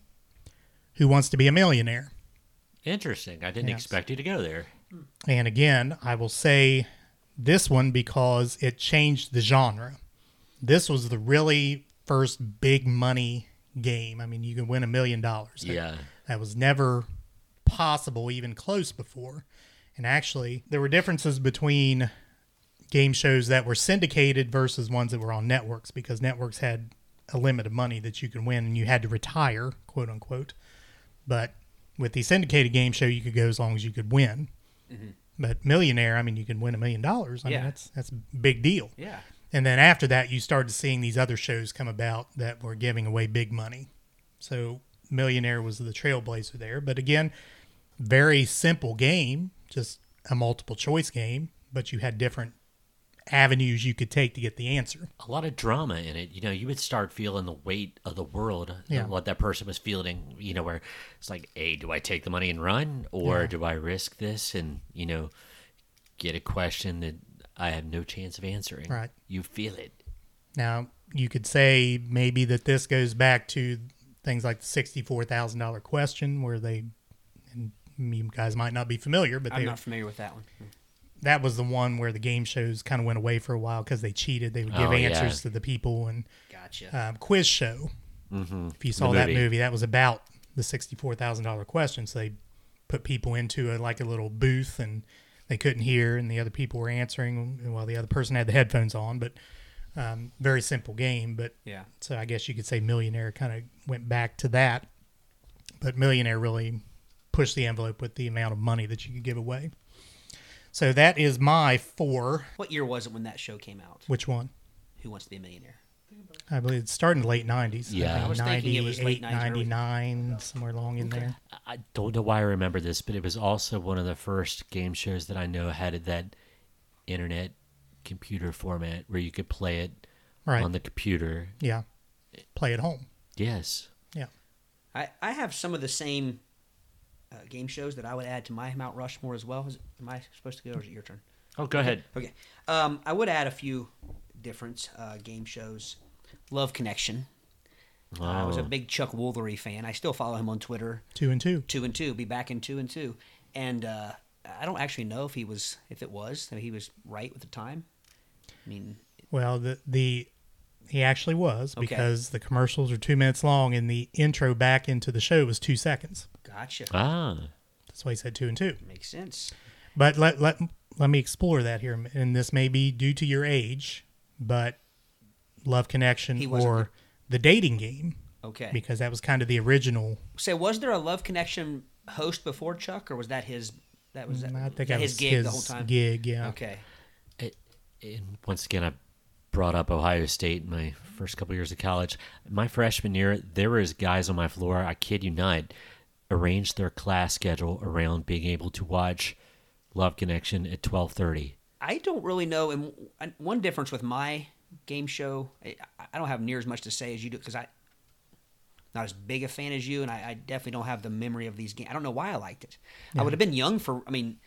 Speaker 2: Who Wants to Be a Millionaire?
Speaker 3: interesting. I didn't
Speaker 2: Yes.
Speaker 3: expect you to go there.
Speaker 2: And again, I will say this one because it changed the genre. This was the really first big money game. I mean, you can win a million dollars.
Speaker 3: Yeah.
Speaker 2: That was never possible, even close before. And actually, there were differences between game shows that were syndicated versus ones that were on networks because networks had a limit of money that you could win and you had to retire, quote unquote. But with the syndicated game show, you could go as long as you could win. But millionaire, I mean, you can win a million dollars. I
Speaker 4: Mm-hmm. Yeah.
Speaker 2: mean, that's that's a big deal.
Speaker 4: Yeah.
Speaker 2: And then after that, you started seeing these other shows come about that were giving away big money. So Millionaire was the trailblazer there. But again, very simple game, just a multiple choice game, but you had different avenues you could take to get the answer.
Speaker 3: a lot of drama in it. You know, you would start feeling the weight of the world, uh,
Speaker 2: Yeah.
Speaker 3: what that person was feeling, you know, where it's like, hey, do I take the money and run or do I risk this and, you know, get a question that I have no chance of answering?
Speaker 2: Right.
Speaker 3: You feel it.
Speaker 2: Now, you could say maybe that this goes back to things like the $64,000 question, where they, and you guys might not be familiar, but
Speaker 4: I'm
Speaker 2: they
Speaker 4: not familiar with that one.
Speaker 2: that was the one where the game shows kind of went away for a while because they cheated. They would give
Speaker 3: Oh, yeah.
Speaker 2: answers to the people and
Speaker 4: Gotcha.
Speaker 2: um, quiz show. Mm-hmm. If you saw that
Speaker 3: movie.
Speaker 2: movie, that was about the sixty-four thousand dollar question. So they put people into a, like a little booth and they couldn't hear, and the other people were answering while the other person had the headphones on. But um, very simple game. But
Speaker 4: Yeah.
Speaker 2: so I guess you could say Millionaire kind of went back to that, but Millionaire really pushed the envelope with the amount of money that you could give away. So that is my four.
Speaker 4: What year was it when that show came out?
Speaker 2: Which one?
Speaker 4: Who Wants to Be a Millionaire?
Speaker 2: I believe it started in the late nineties.
Speaker 3: Yeah. I
Speaker 4: was thinking it was late 90s, early-
Speaker 2: 99, somewhere along in there.
Speaker 3: I don't know why I remember this, but it was also one of the first game shows that I know had that internet computer format where you could play it
Speaker 2: Right.
Speaker 3: on the computer.
Speaker 2: Yeah. Play at home.
Speaker 3: Yes.
Speaker 2: Yeah.
Speaker 4: I, I have some of the same uh, game shows that I would add to my Mount Rushmore as well. Is it, am I supposed to go or is it your turn?
Speaker 3: Oh, go ahead.
Speaker 4: Okay. Um, I would add a few different uh, game shows. Love Connection. I was a big Chuck Woolery fan. I still follow him on Twitter.
Speaker 2: Two and two.
Speaker 4: Two and two, be back in two and two. And uh, I don't actually know if he was, if it was, if he was right with the time. I mean,
Speaker 2: Well, the the He actually was
Speaker 4: Okay.
Speaker 2: because the commercials are two minutes long and the intro back into the show was two seconds.
Speaker 4: Gotcha.
Speaker 3: Ah,
Speaker 2: That's why he said two and two.
Speaker 4: Makes sense.
Speaker 2: But let let let me explore that here, and this may be due to your age, but Love Connection
Speaker 4: He wasn't
Speaker 2: or the dating game
Speaker 4: Okay.
Speaker 2: because that was kind of the original.
Speaker 4: so was there a Love Connection host before Chuck, or was that his? That was that,
Speaker 2: Mm, I think that
Speaker 4: his
Speaker 2: was
Speaker 4: gig
Speaker 2: his
Speaker 4: the whole time.
Speaker 2: gig, yeah.
Speaker 4: Okay.
Speaker 3: it, and once again, I brought up Ohio State in my first couple years of college. My freshman year, there was guys on my floor. I kid you not, arranged their class schedule around being able to watch Love Connection at twelve thirty.
Speaker 4: I don't really know. And and one difference with my game show, I, I don't have near as much to say as you do because I not as big a fan as you, and I, I definitely don't have the memory of these games. I don't know why I liked it. I would have been young for. I mean,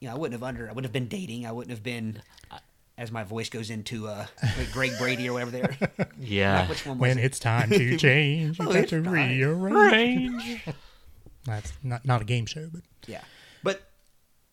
Speaker 4: you know, I wouldn't have under. I wouldn't have been dating. I wouldn't have been. uh, As my voice goes into uh, like Greg Brady or whatever there.
Speaker 3: Yeah.
Speaker 4: Which one was
Speaker 2: When
Speaker 4: it?
Speaker 2: it's time
Speaker 4: (laughs)
Speaker 2: to change, you
Speaker 4: Oh,
Speaker 2: got
Speaker 4: it's
Speaker 2: to
Speaker 4: time.
Speaker 2: rearrange. (laughs) That's not not a game show, but
Speaker 4: Yeah, but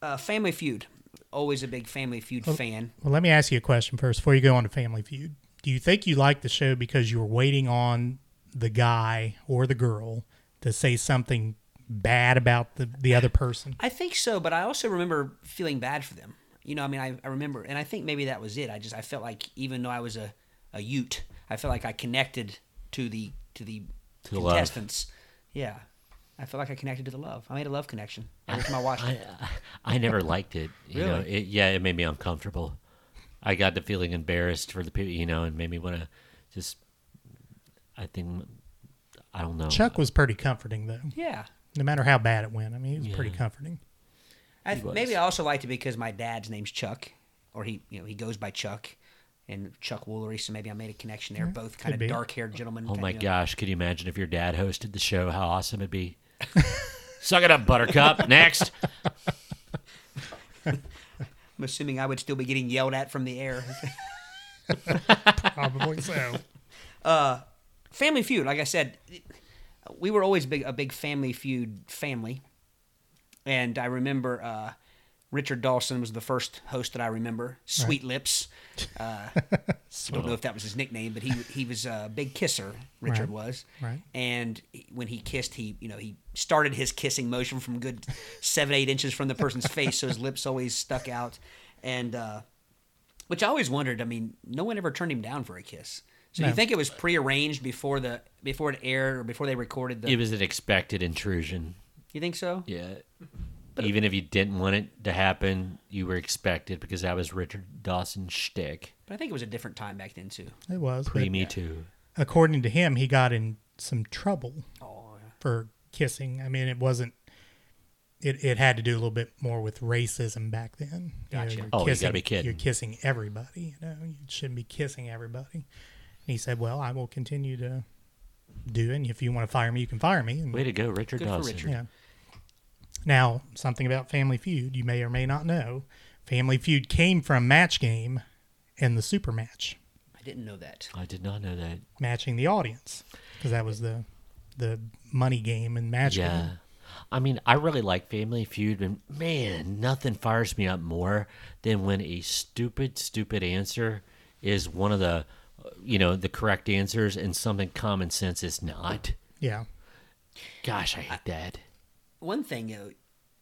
Speaker 4: uh, Family Feud. Always a big Family Feud fan.
Speaker 2: well, let me ask you a question first before you go on to Family Feud. Do you think you liked the show because you were waiting on the guy or the girl to say something bad about the, the other person?
Speaker 4: I think so, but I also remember feeling bad for them. You know, I mean, I, I remember, and I think maybe that was it. I just I felt like even though I was a, a Ute, I felt like I connected to the to the
Speaker 3: To the love.
Speaker 4: contestants. Yeah, I felt like I connected to the love. I made a love connection every time I
Speaker 3: (laughs)
Speaker 4: watched
Speaker 3: I,
Speaker 4: it.
Speaker 3: I never liked it. You know,
Speaker 4: Really?
Speaker 3: it, yeah, it made me uncomfortable. I got to feeling embarrassed for the people, you know, and made me want to just. I think, I don't know.
Speaker 2: Chuck was pretty comforting though.
Speaker 4: Yeah,
Speaker 2: No matter how bad it went, I mean, it was pretty comforting.
Speaker 4: I,
Speaker 3: He was.
Speaker 4: maybe I also liked it because my dad's name's Chuck, or he you know he goes by Chuck, and Chuck Woolery. So maybe I made a connection there. Both kind of
Speaker 2: be.
Speaker 4: dark haired gentlemen.
Speaker 3: Oh
Speaker 4: kinda,
Speaker 3: my
Speaker 4: you know.
Speaker 3: gosh! Could you imagine if your dad hosted the show? How awesome it'd be. (laughs) Suck it up,
Speaker 4: (laughs)
Speaker 3: Buttercup. Next.
Speaker 4: I'm assuming I would still be getting yelled at from the air.
Speaker 2: Probably so.
Speaker 4: Family Feud, like I said, we were always big a big Family Feud family, and I remember uh, Richard Dawson was the first host that I remember.
Speaker 2: (laughs)
Speaker 4: Sweet Lips, uh, don't know if that was his nickname, but he he was a big kisser. Richard
Speaker 2: Right.
Speaker 4: was,
Speaker 2: Right.
Speaker 4: And he- when he kissed, he you know he started his kissing motion from good seven eight inches from the person's face, so his lips always stuck out, and. Uh, which I always wondered. I mean, no one ever turned him down for a kiss. So you
Speaker 2: No.
Speaker 4: think it was prearranged before the before it aired or before they recorded the?
Speaker 3: It was an expected intrusion.
Speaker 4: you think so?
Speaker 3: Yeah. Even if you didn't want it to happen, you were expected because that was Richard Dawson's shtick.
Speaker 4: But I think it was a different time back then too.
Speaker 2: (laughs) It was.
Speaker 3: Pre
Speaker 2: But
Speaker 3: Me Too.
Speaker 2: according to him, he got in some trouble
Speaker 4: Oh, yeah.
Speaker 2: for kissing. I mean, it wasn't. It, it had to do a little bit more with racism back then. You know,
Speaker 4: Gotcha.
Speaker 2: you're
Speaker 3: Oh, you gotta
Speaker 2: kissing-
Speaker 3: be kidding.
Speaker 2: You're kissing everybody. You know, you shouldn't be kissing everybody. And he said, "Well, I will continue to do it. And if you want to fire me, you can fire me." And
Speaker 3: Way to go, Richard
Speaker 4: Good for
Speaker 3: Dawson.
Speaker 4: Richard.
Speaker 2: Yeah. Now, something about Family Feud you may or may not know. Family Feud came from Match Game and the Super Match,
Speaker 4: I didn't know that.
Speaker 3: I did not know that.
Speaker 2: matching the audience because that was the the money game and Match
Speaker 3: Yeah.
Speaker 2: Game.
Speaker 3: I mean, I really like Family Feud, and man, nothing fires me up more than when a stupid, stupid answer is one of the, uh, you know, the correct answers and something common sense is not.
Speaker 2: Yeah.
Speaker 3: Gosh, I hate that.
Speaker 4: One thing though,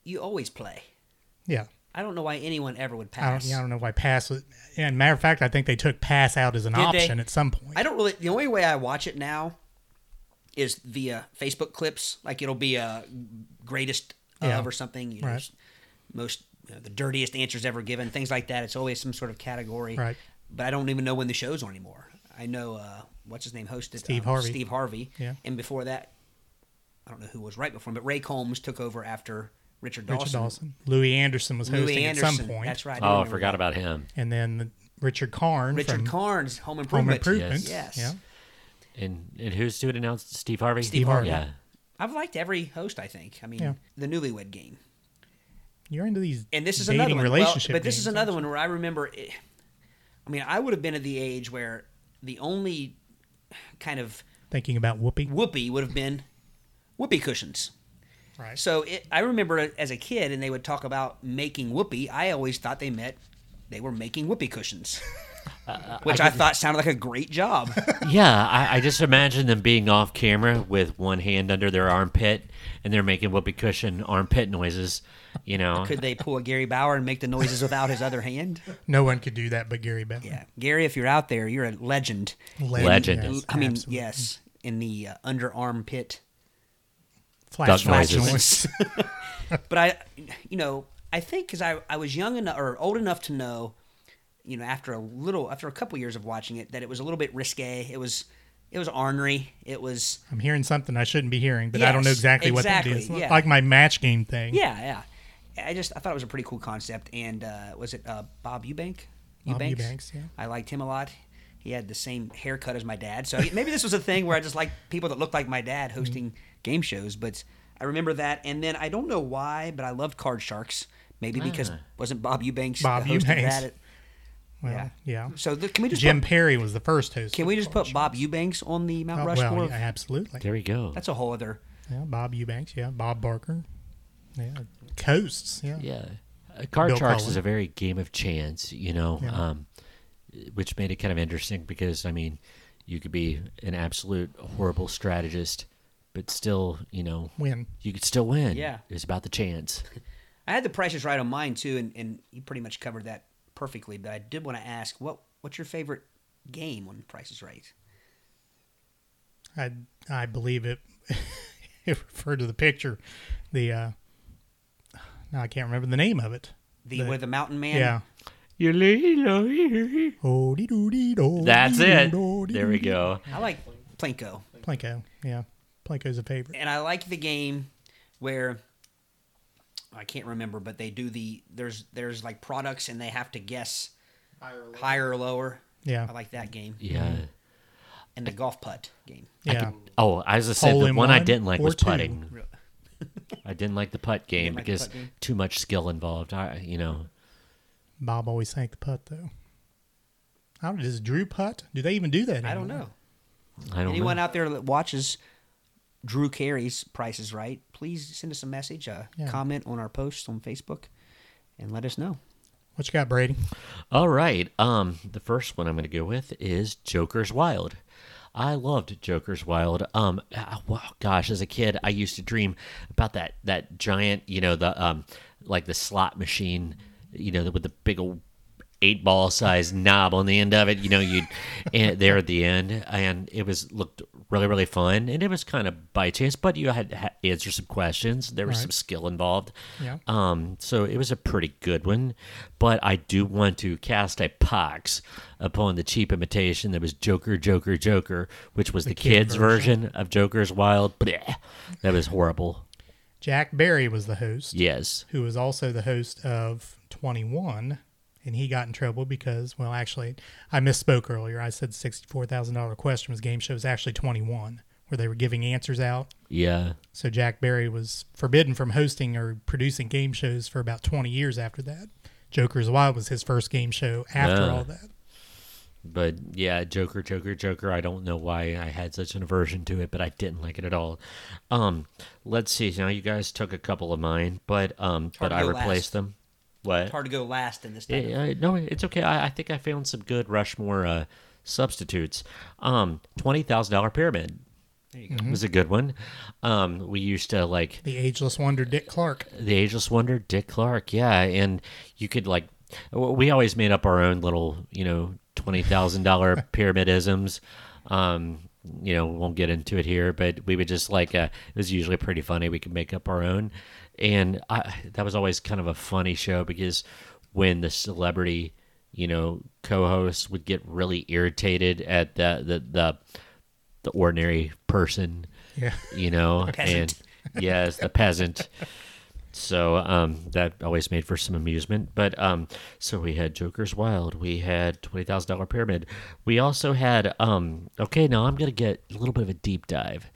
Speaker 4: you always play.
Speaker 2: Yeah.
Speaker 4: I don't know why anyone ever would
Speaker 2: I don't,
Speaker 4: pass.
Speaker 2: yeah, I don't know why pass was. And matter of fact, I think they took pass out as an
Speaker 4: Did they?
Speaker 2: option at some point.
Speaker 4: I don't really. The only way I watch it now is via Facebook clips. Like it'll be a greatest
Speaker 2: Yeah.
Speaker 4: of or something. You know,
Speaker 2: Right.
Speaker 4: Most you know, the dirtiest answers ever given, things like that. It's always some sort of category.
Speaker 2: Right.
Speaker 4: But I don't even know when the show's on anymore. I know uh, what's his name hosted
Speaker 2: Steve
Speaker 4: um,
Speaker 2: Harvey.
Speaker 4: Steve Harvey.
Speaker 2: Yeah.
Speaker 4: And before that, I don't know who was right before him, but Ray Combs took over after Richard Dawson.
Speaker 2: Richard Dawson. Louis Anderson was hosting
Speaker 4: Louis
Speaker 2: at
Speaker 4: Anderson.
Speaker 2: some point.
Speaker 4: That's right.
Speaker 3: Oh, I
Speaker 4: remember
Speaker 3: forgot
Speaker 4: that.
Speaker 3: about him.
Speaker 2: And then the, Richard Karn
Speaker 4: Richard
Speaker 2: from
Speaker 4: Carnes, Home
Speaker 2: Home
Speaker 4: Improvement.
Speaker 2: Improvement.
Speaker 4: Yes.
Speaker 2: Yeah.
Speaker 3: And and who's doing it now? Steve Harvey.
Speaker 2: Steve Harvey.
Speaker 3: Yeah.
Speaker 4: I've liked every host. I think. I mean,
Speaker 2: Yeah.
Speaker 4: the Newlywed Game.
Speaker 2: You're into these
Speaker 4: and this is
Speaker 2: dating
Speaker 4: another one.
Speaker 2: relationship
Speaker 4: well, but this is
Speaker 2: games,
Speaker 4: another one where I remember. It, I mean, I would have been at the age where the only kind of
Speaker 2: Thinking about Whoopi.
Speaker 4: whoopee would have been whoopee cushions.
Speaker 2: Right.
Speaker 4: So it, I remember as a
Speaker 2: (laughs)
Speaker 4: kid, and they would talk about making whoopee. I always thought they meant they were making whoopee cushions.
Speaker 2: Uh,
Speaker 4: which I, thought sounded like a great job.
Speaker 3: Yeah, I, I just imagine them being off camera with one hand under their armpit and they're making whoopee cushion armpit noises. You know,
Speaker 4: Could they pull a Gary Bauer and make the noises without his other hand?
Speaker 2: No one could do that but Gary Bell.
Speaker 4: Yeah, Gary, if you're out there, you're a legend.
Speaker 3: Legend. Yes,
Speaker 4: I mean, yes, in the uh, underarm pit.
Speaker 2: Flash
Speaker 3: Duck
Speaker 2: flash
Speaker 3: noises.
Speaker 2: noise.
Speaker 4: But I, you know, I think because I, I was young enough or old enough to know, you know, after a little, after a couple years of watching it, that it was a little bit risque. It was, it was ornery. It was,
Speaker 2: I'm hearing something I shouldn't be hearing, but I don't know
Speaker 4: Yes,
Speaker 2: exactly, what that is.
Speaker 4: exactly, yeah.
Speaker 2: Like my match game thing.
Speaker 4: yeah, yeah. I just, I thought it was a pretty cool concept. And uh, was it uh, Bob Eubank?
Speaker 2: Bob Eubanks, yeah.
Speaker 4: I liked him a lot. He had the same haircut as my dad, so maybe this was a thing where I just liked people that looked like my dad
Speaker 2: Mm-hmm.
Speaker 4: hosting game shows. But I remember that, and then I don't know why, but I loved Card Sharks. Maybe because wasn't Bob Eubanks
Speaker 2: Bob
Speaker 4: the host
Speaker 2: Eubanks.
Speaker 4: of that?
Speaker 2: Well,
Speaker 4: Yeah.
Speaker 2: yeah.
Speaker 4: So th- can we just
Speaker 2: Jim
Speaker 4: put,
Speaker 2: Perry was the first host.
Speaker 4: can
Speaker 2: of
Speaker 4: we just
Speaker 2: College
Speaker 4: put Bob Eubanks on the Mount
Speaker 2: Show.
Speaker 4: Rushmore?
Speaker 2: Oh, Well, yeah, absolutely.
Speaker 3: there we go.
Speaker 4: That's a whole other.
Speaker 2: Yeah, Bob Eubanks. Yeah, Bob Barker. Yeah, Coasts. Yeah,
Speaker 3: yeah. Uh, Card
Speaker 2: Bill
Speaker 3: sharks
Speaker 2: Cullen.
Speaker 3: is a very game of chance, you know,
Speaker 2: Yeah.
Speaker 3: um, which made it kind of interesting because, I mean, you could be an absolute horrible strategist, but still, you know,
Speaker 2: win.
Speaker 3: you could still win.
Speaker 4: Yeah.
Speaker 3: It's about the chance.
Speaker 4: I had the prices right on mine too, and, and you pretty much covered that perfectly. But I did want to ask what what's your favorite game on Price is Right?
Speaker 2: I I believe it. (laughs) it referred to the picture. The uh, no, I can't remember the name of it.
Speaker 4: The, where the mountain man.
Speaker 2: yeah.
Speaker 3: That's it. There we go.
Speaker 4: I like Plinko,
Speaker 2: Planko. Yeah, Planko's a favorite.
Speaker 4: and I like the game where I can't remember, but they do the there's there's like products, and they have to guess higher or lower.
Speaker 2: Yeah.
Speaker 4: I like that game,
Speaker 3: Yeah.
Speaker 2: Mm-hmm.
Speaker 4: and the golf putt game.
Speaker 2: Yeah,
Speaker 3: Oh, I was going to say,
Speaker 2: Hole
Speaker 3: the
Speaker 2: in
Speaker 3: one I
Speaker 2: one
Speaker 3: didn't like
Speaker 2: or
Speaker 3: was
Speaker 2: two? (laughs)
Speaker 3: putting. I didn't like the putt game
Speaker 4: like the
Speaker 3: because
Speaker 4: putt game?
Speaker 3: too much skill involved. I, you know,
Speaker 2: Bob always sank the putt though. How does Drew putt? Do they even do that?
Speaker 4: I don't
Speaker 2: anymore?
Speaker 4: know.
Speaker 3: I don't
Speaker 4: Anyone
Speaker 3: know.
Speaker 4: out there that watches Drew Carey's Price is Right, please send us a message, a
Speaker 2: Yeah.
Speaker 4: comment on our posts on Facebook, and let us know.
Speaker 2: What you got, Brady?
Speaker 3: All right. Um, the first one I'm going to go with is Joker's Wild. I loved Joker's Wild. Um, ah, wow, gosh, as a kid, I used to dream about that that giant, you know, the um, like the slot machine, you know, with the big old eight ball size knob on the end of it. You know, you (laughs) and there at the end, and it was looked really really fun, and it was kind of by chance, but you had to answer some questions. There was
Speaker 2: Right.
Speaker 3: some skill involved.
Speaker 2: Yeah.
Speaker 3: Um, so it was a pretty good one, but I do want to cast a pox upon the cheap imitation that was Joker, Joker, Joker, which was the,
Speaker 2: kid
Speaker 3: kids' version. of Joker's Wild. Blech. That was horrible.
Speaker 2: Jack Barry was the host.
Speaker 3: Yes.
Speaker 2: who was also the host of 21 and he got in trouble because well actually i misspoke earlier i said $64000 question was game show was actually 21 where they were giving answers out
Speaker 3: Yeah.
Speaker 2: so jack barry was forbidden from hosting or producing game shows for about 20 years after that joker's wild was his first game show after
Speaker 3: Ah.
Speaker 2: all that
Speaker 3: But yeah, Joker, Joker, Joker. I don't know why I had such an aversion to it, but I didn't like it at all. Um, let's see. Now you guys took a couple of mine, but um, but
Speaker 4: hard to
Speaker 3: I
Speaker 4: go last.
Speaker 3: replaced them. What?
Speaker 4: It's hard to go last in this time.
Speaker 3: Yeah, I- no, it's okay. I, I think I found some good Rushmore uh, substitutes. Um, twenty thousand dollar pyramid. There you go. Was a good one. Um, we used to like
Speaker 2: the ageless wonder dick clark
Speaker 3: the ageless wonder, Dick Clark. Yeah, and you could like w- we always made up our own little, you know, twenty thousand dollar pyramidisms. Um, you know, we won't get into it here, but we would just like uh, it was usually pretty funny. We could make up our own, and I, that was always kind of a funny show because when the celebrity, you know, co-hosts would get really irritated at the the the, the ordinary person
Speaker 2: yeah
Speaker 3: you know,
Speaker 4: Peasant.
Speaker 3: and yes, the peasant. So um, that always made for some amusement. But um, so we had Joker's Wild, we had Twenty Thousand Dollar Pyramid, we also had um, okay. Now I'm gonna get a little bit of a deep dive.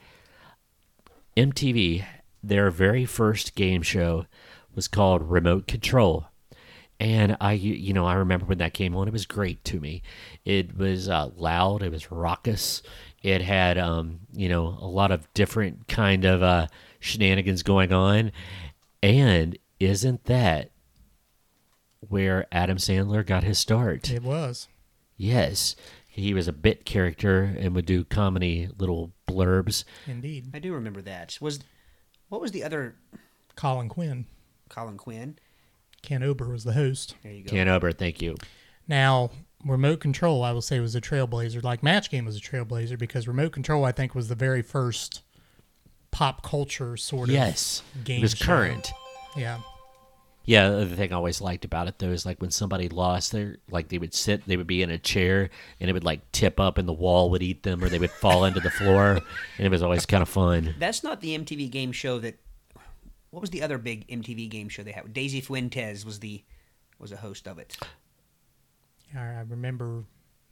Speaker 3: MTV, their very first game show was called Remote Control. And I, you know, I remember when that came on, it was great to me. It was uh, loud, it was raucous, it had, um, you know, a lot of different kind of uh, shenanigans going on. And isn't that where Adam Sandler got his start?
Speaker 2: it was
Speaker 3: Yes, he was a bit character and would do comedy little blurbs.
Speaker 2: Indeed.
Speaker 4: I do remember that. Was what was the other
Speaker 2: Colin Quinn.
Speaker 4: Colin Quinn?
Speaker 2: Ken Ober was the host.
Speaker 4: There you go.
Speaker 3: Ken Ober, thank you.
Speaker 2: Now, remote control, I will say, was a trailblazer. Like Match Game was a trailblazer because remote control, I think, was the very first pop culture sort of.
Speaker 3: Yes,
Speaker 2: Game
Speaker 3: it was
Speaker 2: show.
Speaker 3: current.
Speaker 2: Yeah.
Speaker 3: Yeah, the other thing I always liked about it though is like when somebody lost, they like they would sit, they would be in a chair, and it would like tip up, and the wall would eat them, or they would fall into the floor, and it was always kind of fun.
Speaker 4: That's not the MTV game show that. What was the other big MTV game show they had? Daisy Fuentes was the was a host of it.
Speaker 2: I I remember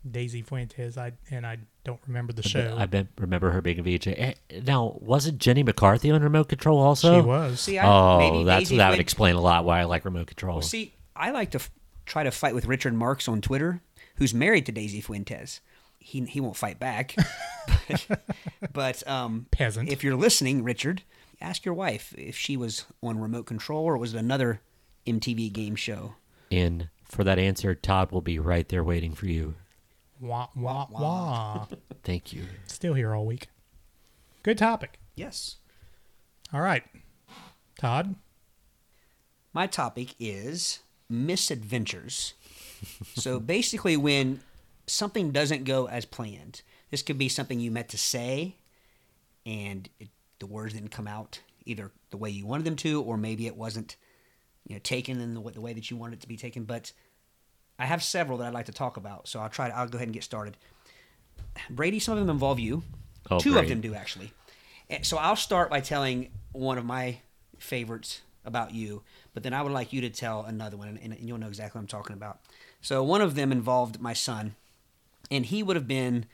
Speaker 2: Daisy Fuentes, I and I don't remember the show.
Speaker 3: I bet, remember her being a VJ. Eh, Now, wasn't Jenny McCarthy on Remote Control
Speaker 2: she
Speaker 3: also?
Speaker 2: was.
Speaker 4: See, I,
Speaker 3: Oh,
Speaker 4: maybe
Speaker 3: that's
Speaker 4: Daisy
Speaker 3: that
Speaker 4: Fuentes-
Speaker 3: would explain a lot why I like Remote Control.
Speaker 4: See, I like to f- try to fight with Richard Marks on Twitter, who's married to Daisy Fuentes. He he won't fight back. but but um,
Speaker 2: Peasant.
Speaker 4: if you're listening, Richard, ask your wife if she was on remote control or was it another MTV game show.
Speaker 3: and for that answer, Todd will be right there waiting for you.
Speaker 2: Wah, wah, wah.
Speaker 3: Thank you.
Speaker 2: Still here all week. Good topic.
Speaker 4: Yes.
Speaker 2: All right. Todd,
Speaker 4: My topic is misadventures. so (laughs) basically, when something doesn't go as planned, this could be something you meant to say and it, the words didn't come out either the way you wanted them to, or maybe it wasn't you know taken in the, wa- the way that you wanted it to be taken. But I have several that I'd like to talk about, so I'll try. To, I'll go ahead and get started. Brady, some of them involve you. Two
Speaker 3: Oh,
Speaker 4: of
Speaker 3: great.
Speaker 4: them do actually. And so I'll start by telling one of my favorites about you, but then I would like you to tell another one, and, and you'll know exactly what I'm talking about. So one of them involved my son, and he would have been,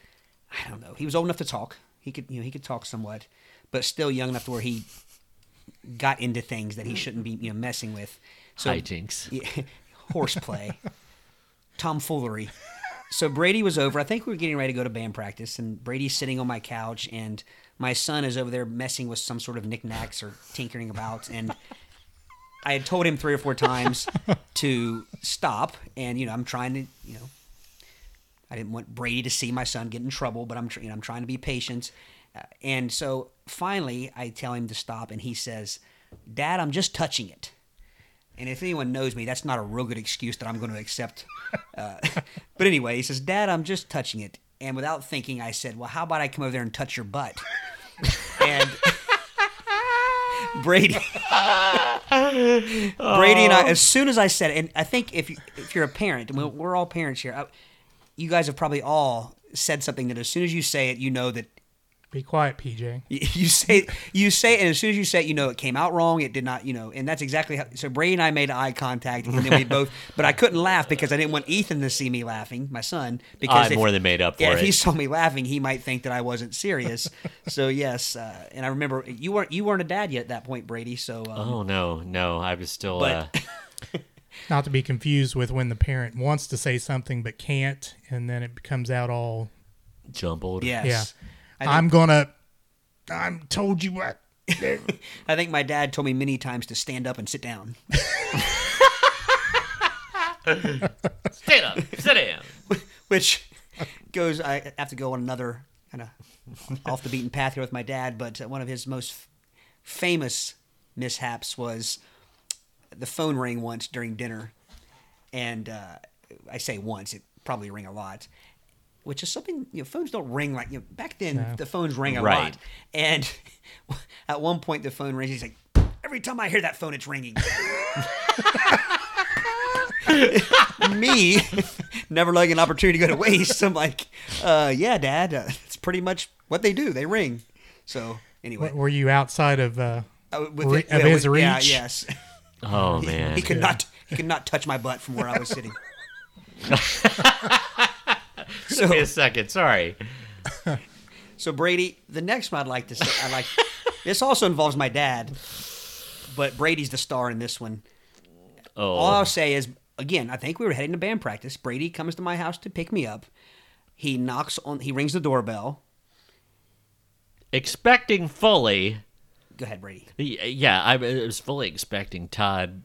Speaker 4: I don't know, he was old enough to talk. He could, you know, he could talk somewhat, but still young enough to where he got into things that he shouldn't be, you know, messing with. So
Speaker 3: Hijinks.
Speaker 4: yeah, (laughs) horseplay, tomfoolery. So Brady was over. I think we were getting ready to go to band practice, and Brady's sitting on my couch, and my son is over there messing with some sort of knickknacks or tinkering about, and. I had told him three or four times to stop, and you know I'm trying to, you know, I didn't want Brady to see my son get in trouble, but I'm, tr- you know, I'm trying to be patient, uh, and so finally I tell him to stop, and he says, "Dad, I'm just touching it." And if anyone knows me, that's not a real good excuse that I'm going to accept. Uh, (laughs) but anyway, he says, "Dad, I'm just touching it," and without thinking, I said, "Well, how about I come over there and touch your butt?" and Brady. Brady and I, as soon as I said it, and I think if you, if you're a parent, and we're- we're all parents here, I, you guys have probably all said something that as soon as you say it, you know that
Speaker 2: be quiet, PJ.
Speaker 4: (laughs) you say you say, it, and as soon as you say it, you know it came out wrong. It did not, you know, and that's exactly how. So Brady and I made eye contact, and
Speaker 3: (laughs)
Speaker 4: then we both, but I couldn't laugh because I didn't want Ethan to see me laughing, my son. Because
Speaker 3: I more than made up for
Speaker 4: yeah,
Speaker 3: it.
Speaker 4: if he saw me laughing, he might think that I wasn't
Speaker 3: (laughs)
Speaker 4: serious. so yes, uh, and I remember you weren't you weren't a dad yet at that point, Brady. So um,
Speaker 3: Oh no, no, I was still.
Speaker 4: But-
Speaker 3: uh,
Speaker 2: Not to be confused with when the parent wants to say something but can't, and then it comes out all,
Speaker 3: jumbled.
Speaker 4: yes,
Speaker 2: yeah.
Speaker 4: I think-
Speaker 2: I'm going to, I'm told you what.
Speaker 4: I think my dad told me many times to stand up and sit down.
Speaker 3: Stand up. Sit down.
Speaker 4: (laughs) which goes I have to go on another kind of off the beaten path here with my dad, but uh, one of his most f- famous mishaps was the phone rang once during dinner, and uh, I say once it probably rang a lot, which is something you know phones don't ring like you know, back then the phones rang a
Speaker 3: Right.
Speaker 4: lot, and (laughs) at one point the phone rings. He's like, every time I hear that phone, it's ringing. me (laughs) never letting an opportunity go to waste. I'm like, uh, yeah, Dad, uh, it's pretty much what they do. They ring. So anyway,
Speaker 2: Were you outside of, uh,
Speaker 4: uh, with
Speaker 2: re-
Speaker 4: it-
Speaker 2: of
Speaker 4: yeah,
Speaker 2: his
Speaker 4: with- yeah,
Speaker 2: reach?
Speaker 4: yes,
Speaker 3: (laughs) Oh man.
Speaker 4: he could not. He could not touch my butt from where I
Speaker 2: (laughs)
Speaker 4: was sitting.
Speaker 3: (laughs)
Speaker 4: so,
Speaker 3: Wait a second. Sorry.
Speaker 4: so Brady, the next one I'd like to say, I like. This also involves my dad, but Brady's the star in this one.
Speaker 3: Oh.
Speaker 4: All I'll say is, again, I think we were heading to band practice. Brady comes to my house to pick me up. He knocks on. He rings the doorbell.
Speaker 3: expecting fully.
Speaker 4: Go ahead, Brady.
Speaker 3: y- Yeah, I was fully expecting Todd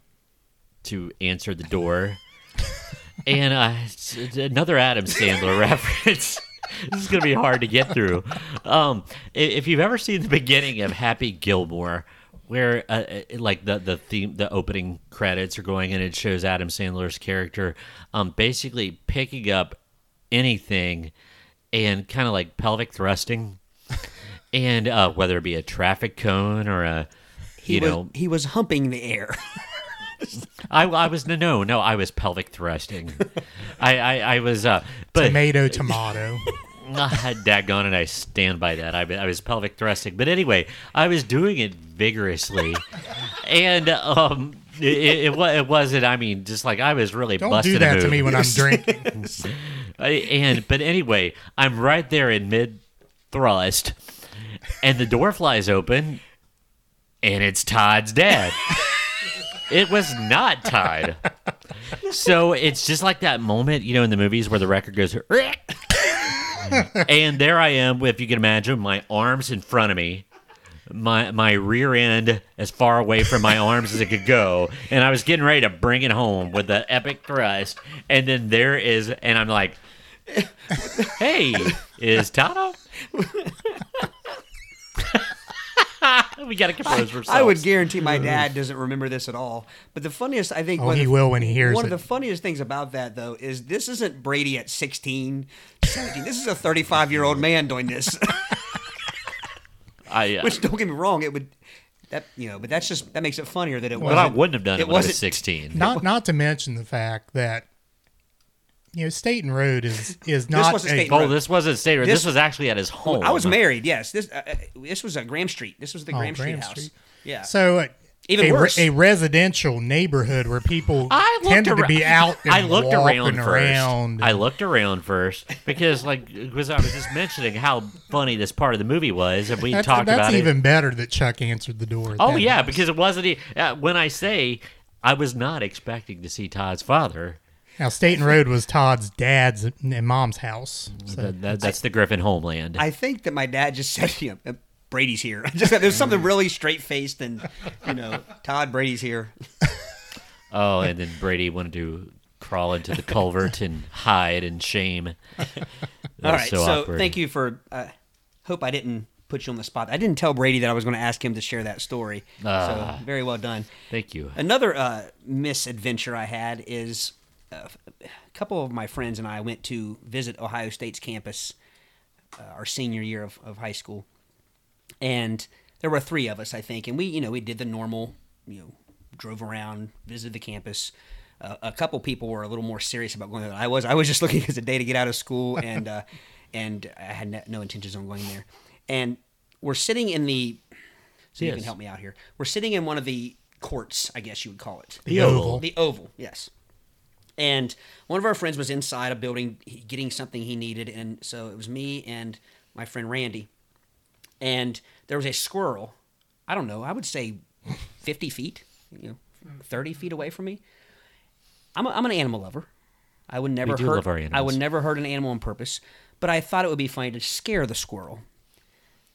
Speaker 3: to answer the door. and uh, it's- it's another Adam
Speaker 4: (laughs)
Speaker 3: Sandler reference. this is going to be hard to get through. Um, i- if you've ever seen the beginning of Happy Gilmore, where uh, uh, like the the theme, the opening credits are going, and it shows Adam Sandler's character, um, basically picking up anything and kind of like pelvic thrusting, and uh, whether it be a traffic cone or a
Speaker 4: He
Speaker 3: you
Speaker 4: was,
Speaker 3: know
Speaker 4: he was humping the air.
Speaker 3: I, I was no no no I was
Speaker 2: (laughs)
Speaker 3: pelvic thrusting. I, I I was uh but
Speaker 2: Tomato,
Speaker 3: (laughs)
Speaker 2: tomato.
Speaker 3: uh, daggone it I stand by that. I, I was pelvic thrusting. But anyway, I was doing
Speaker 2: (laughs)
Speaker 3: it vigorously, and um it, it, it, wa- it wasn't. I mean, just like I was really
Speaker 2: Don't
Speaker 3: busting
Speaker 2: do
Speaker 3: a
Speaker 2: that to
Speaker 3: move.
Speaker 2: me
Speaker 4: (laughs)
Speaker 2: when I'm drinking.
Speaker 3: I- and but anyway, I'm right there in mid thrust, and the door flies open, and it's Todd's dad. it was not Todd. So it's just like that moment, you know, in the movies where the record goes, "Rick." and there I am, if you can imagine, my arms in front of me. My my rear end as far away from my arms as it could go, and I was getting ready to bring it home with the epic thrust, and then there is, and I'm like, "Hey, is Toto?" we gotta compose ourselves.
Speaker 4: (laughs) I would guarantee my dad doesn't remember this at all. But the funniest, I think,
Speaker 2: Oh,
Speaker 4: one of
Speaker 2: he
Speaker 4: the-
Speaker 2: will when he hears
Speaker 4: One
Speaker 2: it.
Speaker 4: of the funniest things about that, though, is this isn't Brady at 16, 17. this is a 35 year old man doing this. (laughs)
Speaker 3: I, uh,
Speaker 4: Which don't get me wrong, it would that you know, but that's just that makes it funnier that it
Speaker 3: but I
Speaker 4: wasn't.
Speaker 3: wouldn't have done it, when I was
Speaker 4: wasn't-
Speaker 3: 16.
Speaker 2: Not not to mention the fact that you know Staten Road
Speaker 4: (laughs)
Speaker 2: is is not
Speaker 4: wasn't
Speaker 2: a-
Speaker 4: Staten
Speaker 3: Oh, this wasn't Sater. This,
Speaker 4: This-
Speaker 3: was actually at his home.
Speaker 4: I was married. Yes, this uh, uh, this was a Graham Street. This was the
Speaker 2: Oh,
Speaker 4: Graham,
Speaker 2: Graham
Speaker 4: Street house.
Speaker 2: Street.
Speaker 4: Yeah.
Speaker 2: So uh,
Speaker 4: Even
Speaker 2: a, re-
Speaker 4: worse.
Speaker 2: a residential neighborhood where people
Speaker 3: I looked
Speaker 2: tended
Speaker 3: around.
Speaker 2: to be out. And
Speaker 3: (laughs) I looked
Speaker 2: walking
Speaker 3: around first.
Speaker 2: around.
Speaker 3: I looked around first because, like, because I was just mentioning how funny this part of the movie was, and we
Speaker 2: that's
Speaker 3: talked
Speaker 2: that's
Speaker 3: about it.
Speaker 2: even better that Chuck answered the door. at
Speaker 3: Oh
Speaker 2: that
Speaker 3: yeah,
Speaker 2: point.
Speaker 3: because it wasn't. e- Uh, when I say I was not expecting to see Todd's father,
Speaker 2: Now Staten Road was Todd's dad's and mom's house. So
Speaker 3: that, that, that's the Griffin homeland.
Speaker 4: I think that my dad just (laughs) said, you know, Brady's here. (laughs) just there's
Speaker 3: Mm.
Speaker 4: something really straight faced and you know, Todd Brady's here.
Speaker 3: oh, and then Brady wanted to crawl into the culvert and hide
Speaker 2: (laughs)
Speaker 3: in shame. That
Speaker 4: All
Speaker 3: was
Speaker 4: right.
Speaker 3: so,
Speaker 4: So,
Speaker 3: awkward.
Speaker 4: thank you for. Uh, hope I didn't put you on the spot. I didn't tell Brady that I was going to ask him to share that story.
Speaker 3: Ah.
Speaker 4: so very well done.
Speaker 3: Thank you.
Speaker 4: Another uh, misadventure I had is uh, a couple of my friends and I went to visit Ohio State's campus uh, our senior year of, of high school, and there were three of us, I think, and we you know we did the normal, you know, drove around, visited the campus. Uh, a couple people were a little more serious about going there than I was. I was just (laughs) looking as a day to get out of school,
Speaker 2: (laughs)
Speaker 4: and uh, and I had no- no intentions on going there. And we're sitting in the so you
Speaker 3: Yes.
Speaker 4: can help me out here. We're sitting in one of the courts, I guess you would call it.
Speaker 2: The Oval.
Speaker 4: The Oval, yes. And one of our friends was inside a building he- getting something he needed. And so it was me and my friend Randy. And there was a squirrel, I don't know, I would say 50 feet, you know, 30 feet away from me. I'm, a, I'm an animal lover. I would never
Speaker 3: do
Speaker 4: hurt,
Speaker 3: love our
Speaker 4: I would
Speaker 3: animals.
Speaker 4: never hurt an animal on purpose, but I thought it would be funny to scare the squirrel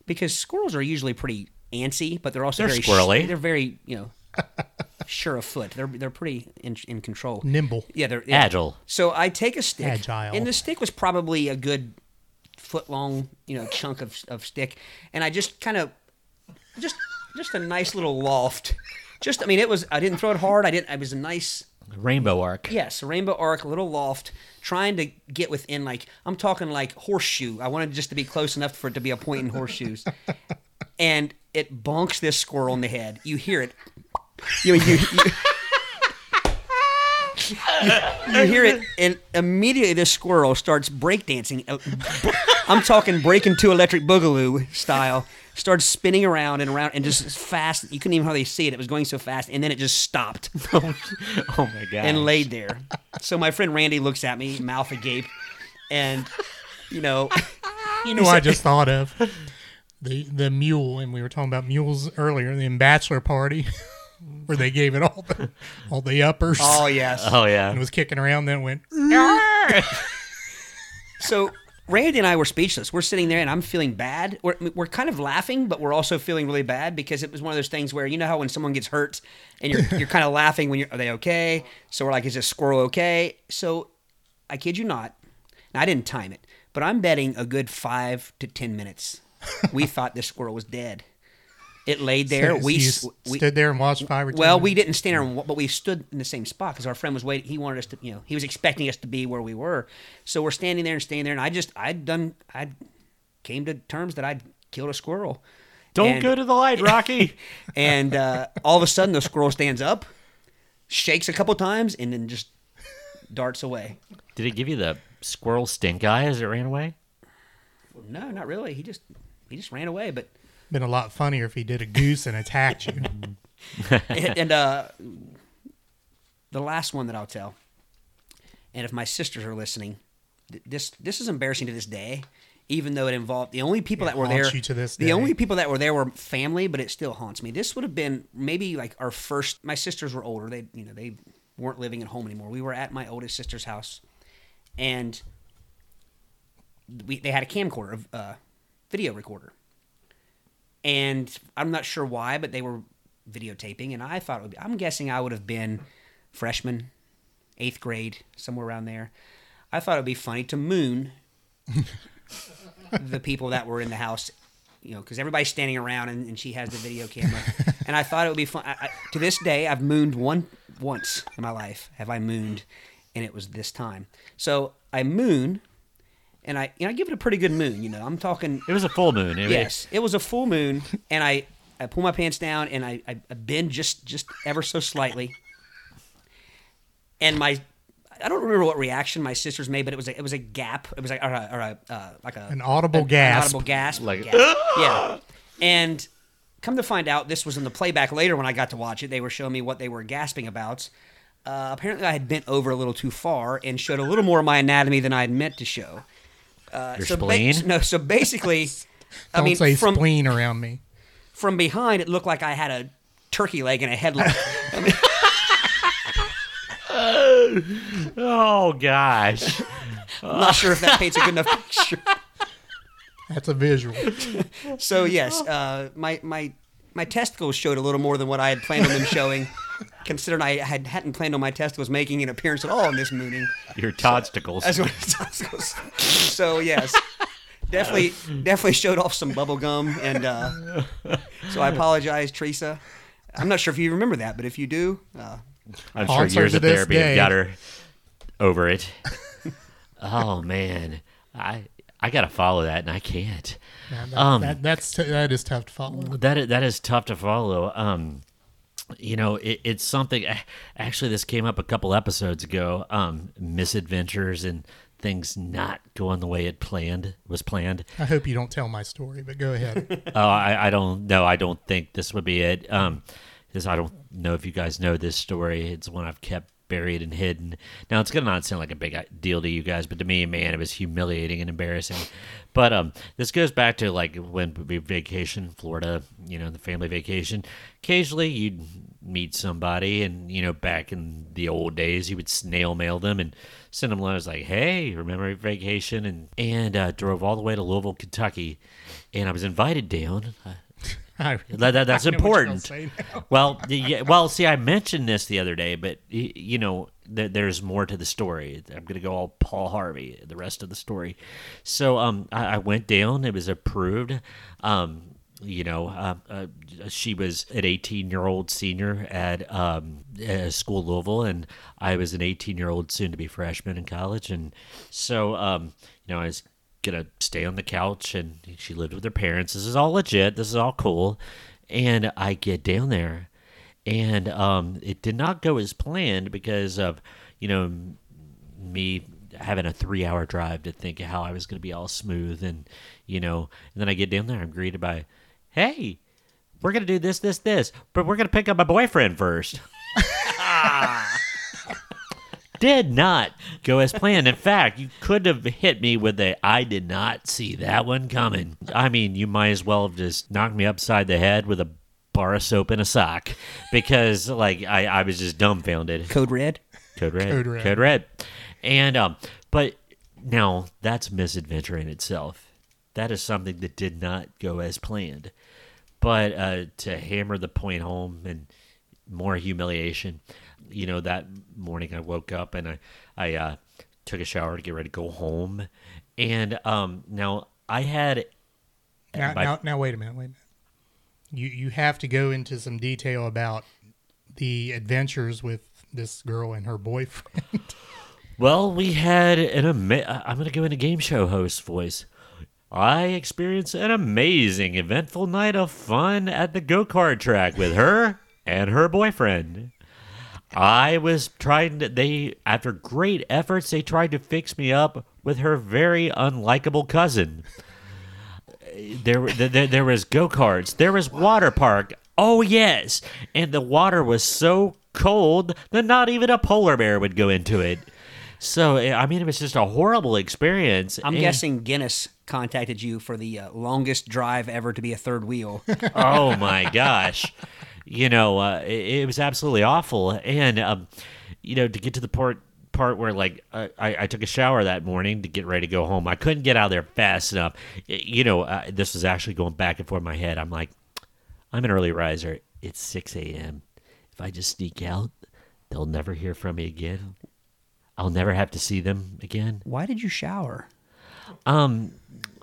Speaker 4: because squirrels are usually pretty antsy, but they're also
Speaker 3: They're
Speaker 4: very
Speaker 3: squirrely.
Speaker 4: they're very you know (laughs) sure of foot. They're they're pretty in, in control.
Speaker 2: nimble.
Speaker 4: Yeah, they're yeah.
Speaker 3: Agile.
Speaker 4: So I take a stick,
Speaker 2: Agile.
Speaker 4: and the stick was probably a good foot long, you know, chunk of of stick, and I just kind of just just a nice little loft. Just I mean, it was I didn't throw it hard. I didn't. It was a nice
Speaker 3: Rainbow arc.
Speaker 4: Yes, a rainbow arc, a little loft, trying to get within like I'm talking like horseshoe. I wanted just to be close enough for it to be a point in horseshoes. and it bonks this squirrel in the head. You hear it. You you, you, you hear it and immediately this squirrel starts breakdancing. Uh, (laughs) br- I'm talking breaking to electric boogaloo style. Starts spinning around and around and just fast. You couldn't even hardly see it. It was going so fast, and then it just stopped
Speaker 3: (laughs) Oh my god.
Speaker 4: and laid there. So my friend Randy looks at me, mouth agape, and
Speaker 2: (laughs)
Speaker 4: you know,
Speaker 2: You know, what I just thought of the the mule, and we were talking about mules earlier in bachelor party, (laughs) where they gave it all the all the uppers
Speaker 4: oh yes.
Speaker 3: oh
Speaker 2: and
Speaker 3: yeah.
Speaker 2: was kicking around. Then went
Speaker 4: So Randy and I were speechless. We're sitting there, and I'm feeling bad. We're we're kind of laughing, but we're also feeling really bad because it was one of those things where you know how when someone gets hurt, and you're you're kind of laughing when you're are they okay? So we're like, is this squirrel okay? So I kid you not. Now, I didn't time it, but I'm betting a good five to ten minutes.
Speaker 2: (laughs)
Speaker 4: we thought this squirrel was dead. It laid there.
Speaker 2: So
Speaker 4: we,
Speaker 2: you
Speaker 4: s- we
Speaker 2: stood there and watched five or ten
Speaker 4: well,
Speaker 2: minutes.
Speaker 4: we didn't stand there, and wa- but we stood in the same spot because our friend was waiting. He wanted us to, you know, he was expecting us to be where we were. So we're standing there and standing there, and I just, I'd done, I came to terms that I'd killed a squirrel.
Speaker 3: Don't
Speaker 4: And-
Speaker 3: go to the light, Rocky.
Speaker 4: (laughs) And uh, all of a sudden, the squirrel stands up, shakes a couple times, and then just darts away.
Speaker 3: Did it give you the squirrel stink eye as it ran away?
Speaker 4: No, not really. He just, he just ran away. But
Speaker 2: Been a lot funnier if he did a goose and attacked you.
Speaker 4: and, and, uh, the last one that I'll tell, and if my sisters are listening, th- this this is embarrassing to this day. Even though it involved the only people
Speaker 2: It
Speaker 4: that were
Speaker 2: haunts
Speaker 4: there,
Speaker 2: you to this
Speaker 4: the
Speaker 2: day.
Speaker 4: only people that were there were family, but it still haunts me. This would have been maybe like our first. My sisters were older; they you know they weren't living at home anymore. We were at my oldest sister's house, and we, they had a camcorder, a uh, video recorder, and I'm not sure why, but they were videotaping, and I thought it would be, I'm guessing I would have been freshman, eighth grade, somewhere around there. I thought it would be funny to moon the people that were in the house, you know, because everybody's standing around and, and she has the video camera, and I thought it would be fun. I, I, to this day, I've mooned one once in my life. Have I mooned? And it was this time. So I moon, and I you know I give it a pretty good moon. You know, I'm talking
Speaker 3: It was a full moon. It,
Speaker 4: Yes, it was a full moon, and I, I pull my pants down and I, I I bend just just ever so slightly, and my I don't remember what reaction my sisters made, but it was a, it was a gap. It was like or a, or a uh, like a
Speaker 2: An audible
Speaker 4: an
Speaker 2: gasp.
Speaker 4: audible gasp,
Speaker 3: Like-
Speaker 4: gasp. yeah. And come to find out, this was in the playback later when I got to watch it. They were showing me what they were gasping about. Uh, apparently, I had bent over a little too far and showed a little more of my anatomy than I had meant to show. Uh,
Speaker 3: Your
Speaker 4: so ba-
Speaker 3: spleen?
Speaker 4: no, so basically,
Speaker 2: (laughs)
Speaker 4: I
Speaker 2: Don't
Speaker 4: mean,
Speaker 2: say
Speaker 4: from
Speaker 2: spleen around me.
Speaker 4: from behind, it looked like I had a turkey leg in a headlock.
Speaker 3: Oh gosh.
Speaker 4: I'm not sure if that paints a good enough picture.
Speaker 2: That's a visual.
Speaker 4: So yes, uh, my my my testicles showed a little more than what I had planned on them showing, considering I had hadn't planned on my testicles making an appearance at all in this mooning.
Speaker 3: (laughs) Your toddsticles.
Speaker 4: That's what it sounds like. So yes, definitely, definitely showed off some bubble gum, and uh, so I apologize, Teresa. I'm not sure if you remember that, but if you do, uh,
Speaker 3: I'm sure
Speaker 2: Haunts her
Speaker 3: years
Speaker 2: to
Speaker 3: of
Speaker 2: this
Speaker 3: therapy have
Speaker 2: day.
Speaker 3: got her over
Speaker 4: (laughs)
Speaker 3: it. oh man, I I gotta follow that and I can't.
Speaker 2: Yeah, that-
Speaker 3: Um,
Speaker 2: that, that's that is tough to follow.
Speaker 3: That is, that is tough to follow. Um, you know, it, it's something. a- Actually, this came up a couple episodes ago. Um, misadventures and things not going the way it planned was planned.
Speaker 2: I hope you don't tell my story, but go
Speaker 3: (laughs)
Speaker 2: ahead.
Speaker 3: Oh, I, I don't know. I don't think this would be it. Um, this I don't know if you guys know this story. It's one I've kept buried and hidden. Now it's gonna not sound like a big uh, deal to you guys, but to me, man, it was humiliating and embarrassing. But um, this goes back to like when we vacation, Florida. You know, the family vacation. Occasionally, you'd meet somebody, and you know, back in the old days, you would snail mail them and send them letters like, "Hey, remember your vacation?" and and uh, drove all the way to Louisville, Kentucky, and I was invited down. Uh,
Speaker 2: I-
Speaker 3: that, that- that's
Speaker 2: I know what you're gonna
Speaker 3: important.
Speaker 2: say now.
Speaker 3: (laughs) Well, the- yeah, well, see, I mentioned this the other day, but y- you know, th- there's more to the story. I'm gonna go all Paul Harvey the rest of the story. So, um, I, I went down. It was approved. Um, you know, uh, uh, she was an 18 year old senior at um, uh, school Louisville, and I was an 18 year old soon to be freshman in college, and so um, you know, I was gonna stay on the couch and she lived with her parents this is all legit this is all cool and i get down there and um, it did not go as planned because of you know m- me having a three hour drive to think how i was gonna be all smooth and you know and then i get down there i'm greeted by hey we're gonna do this this this but we're gonna pick up my boyfriend first (laughs) did not go as planned. In fact, you could have hit me with a I did not see that one coming. I mean, you might as well have just knocked me upside the head with a bar of soap and a sock because like I, I was just dumbfounded.
Speaker 4: code red.
Speaker 3: Code red.
Speaker 2: Code Red.
Speaker 3: Code red. And um but now that's misadventure in itself. That is something that did not go as planned. But uh to hammer the point home and more humiliation, you know, that morning I woke up and I I uh took a shower to get ready to go home. And um, now I had
Speaker 2: Now,
Speaker 3: by-
Speaker 2: now, now, wait a minute. Wait a minute. You you have to go into some detail about the adventures with this girl and her boyfriend. (laughs)
Speaker 3: Well, we had an ama- I- I'm going to go into game show host voice. I experienced an amazing, eventful night of fun at the go kart track with her and her boyfriend. I was trying to, they, after great efforts, they tried to fix me up with her very unlikable cousin. There, were- there, there- there was go karts, there was water park. Oh, yes. And the water was so cold that not even a polar bear would go into it. So, eh, I mean, it was just a horrible experience.
Speaker 4: I'm
Speaker 3: And-
Speaker 4: guessing Guinness contacted you for the uh, longest drive ever to be a third wheel.
Speaker 3: (laughs) oh my gosh you know uh, it, it was absolutely awful and um, you know to get to the part part where like I, I I took a shower that morning to get ready to go home i couldn't get out of there fast enough Y- you know uh, this was actually going back and forth in my head i'm like i'm an early riser it's 6 a.m if i just sneak out they'll never hear from me again i'll never have to see them again
Speaker 4: Why did you shower?
Speaker 3: um,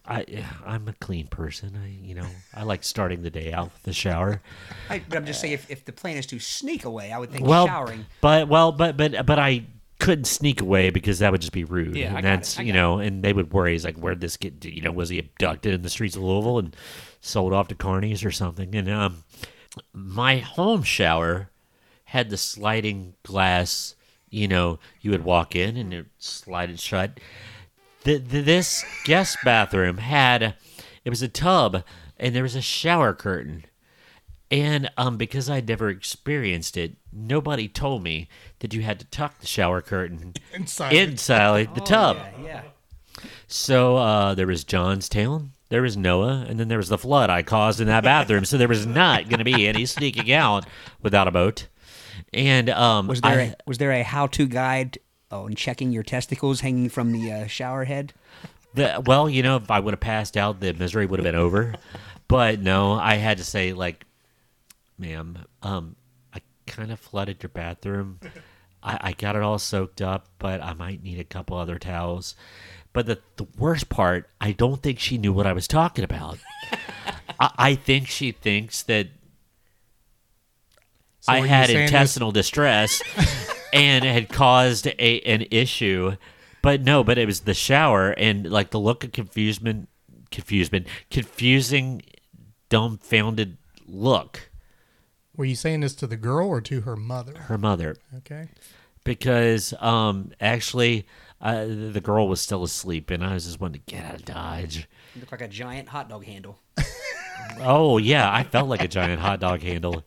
Speaker 3: I I'm a clean person. I you know I like starting the day out with the shower.
Speaker 4: I, but I'm just saying, if, if the plan is to sneak away, I would think
Speaker 3: Well,
Speaker 4: showering.
Speaker 3: but well, but but but I couldn't sneak away because that would just be rude.
Speaker 4: Yeah,
Speaker 3: and
Speaker 4: I got it,
Speaker 3: that's
Speaker 4: I
Speaker 3: you
Speaker 4: got
Speaker 3: know, and they would worry. It's like, where'd this kid? You know, was he abducted in the streets of Louisville and sold off to carnies or something? And um, my home shower had the sliding glass. You know, you would walk in and it slided shut. Th th this guest bathroom had it was a tub and there was a shower curtain and um, because I'd never experienced it, nobody told me that you had to tuck the shower curtain
Speaker 2: Inside.
Speaker 3: inside the tub.
Speaker 4: Yeah, yeah.
Speaker 3: So uh, there was Johnstown, there was Noah, and then there was the flood I caused in that bathroom. so there was not going to be any sneaking out without a boat. And um,
Speaker 4: Was there
Speaker 3: I-
Speaker 4: a, was there a how to guide on checking your testicles hanging from the uh, shower head?
Speaker 3: The, well, you know, if I would have passed out, the misery would have been over. But no, I had to say, like, ma'am, um, I kind of flooded your bathroom. (laughs) I, I got it all soaked up, but I might need a couple other towels. But the, the worst part, I don't think she knew what I was talking about. (laughs) I, I think she thinks that
Speaker 2: So
Speaker 3: I
Speaker 2: are you
Speaker 3: had
Speaker 2: saying this- (laughs)
Speaker 3: intestinal distress and had caused a an issue. But no, but it was the shower and like the look of confusion, confusion, confusing, dumbfounded look
Speaker 2: Were you saying this to the girl or to her mother?
Speaker 3: her mother
Speaker 2: Okay.
Speaker 3: because um actually uh, the girl was still asleep and I was just wanting to get out of dodge.
Speaker 4: You look like a giant hot dog handle.
Speaker 3: Oh yeah, I felt like a giant hot dog handle.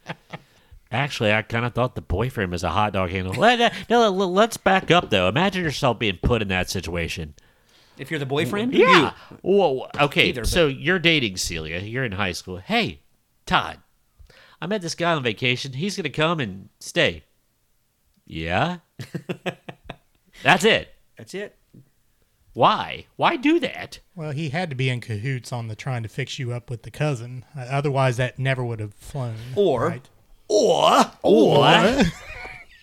Speaker 3: Actually, I kind of thought the boyfriend was a hot dog handle. Let, uh, no, let- let's back up though. Imagine yourself being put in that situation.
Speaker 4: If you're the boyfriend,
Speaker 3: Yeah. Whoa. Okay.
Speaker 4: Either, but-
Speaker 3: so you're dating Celia. You're in high school. Hey, Todd, I met this guy on vacation. He's gonna come and stay.
Speaker 4: (laughs)
Speaker 3: Yeah. That's it.
Speaker 4: that's it.
Speaker 3: Why? Why do that?
Speaker 2: Well, he had to be in cahoots on the trying to fix you up with the cousin. Uh, Otherwise, that never would have flown.
Speaker 4: Or
Speaker 2: right?
Speaker 3: Or (laughs) or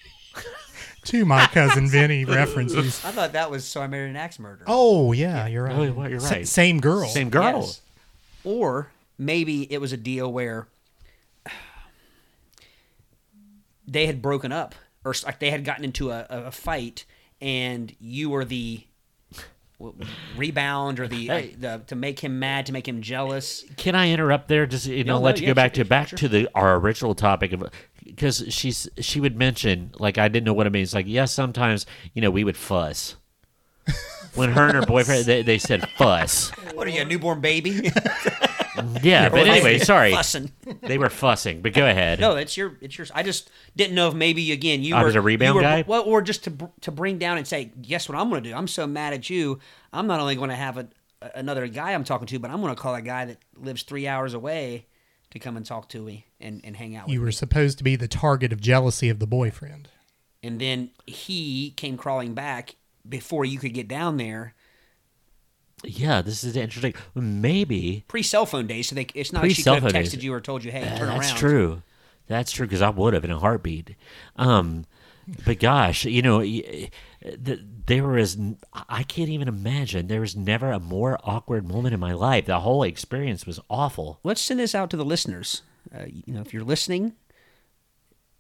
Speaker 2: (laughs) to my cousin Vinny
Speaker 3: (laughs)
Speaker 2: references.
Speaker 4: I thought that was so I married an axe murderer.
Speaker 2: Oh yeah, you're right.
Speaker 3: Oh, you're right, you're
Speaker 2: Sa-
Speaker 3: right.
Speaker 2: same girl.
Speaker 3: same girl.
Speaker 4: Yes. Or maybe it was a deal where they had broken up or s- like they had gotten into a, a fight and you were the w- rebound or the, uh,
Speaker 3: Hey.
Speaker 4: the to make him mad to make him jealous
Speaker 3: Can I interrupt there? Just you know,
Speaker 4: no,
Speaker 3: let you
Speaker 4: yeah,
Speaker 3: go back
Speaker 4: sure,
Speaker 3: to back to the our original topic of because she's she would mention like I didn't know what it means. Like yes, sometimes you know we would fuss. When her and her boyfriend, they, they said fuss.
Speaker 4: what are you a newborn (laughs) baby
Speaker 3: Yeah, but anyway, sorry,
Speaker 4: Fussing.
Speaker 3: they were fussing. But go ahead.
Speaker 4: no it's your it's your i just didn't know if maybe again you
Speaker 3: I
Speaker 4: were
Speaker 3: was Oh, a rebound
Speaker 4: you were-
Speaker 3: guy?
Speaker 4: well or just to br- to bring down and say guess what i'm gonna do i'm so mad at you i'm not only gonna have a, another guy i'm talking to but i'm gonna call a guy that lives three hours away to come and talk to me and, and hang out with
Speaker 2: You
Speaker 4: me.
Speaker 2: were supposed to be the target of jealousy of the boyfriend.
Speaker 4: and then he came crawling back before you could get down there
Speaker 3: Yeah, this is interesting. Maybe
Speaker 4: pre-cell phone days so they it's not like she
Speaker 3: Pre-cell
Speaker 4: could have
Speaker 3: phone
Speaker 4: texted
Speaker 3: days. Uh,
Speaker 4: you or told you hey turn
Speaker 3: that's
Speaker 4: around
Speaker 3: true. That's true because I would have in a heartbeat. Um, But gosh, you know, y- th- there is, I can't even imagine. There was never a more awkward moment in my life. The whole experience was awful.
Speaker 4: Let's send this out to the listeners. Uh, you know, if you're listening,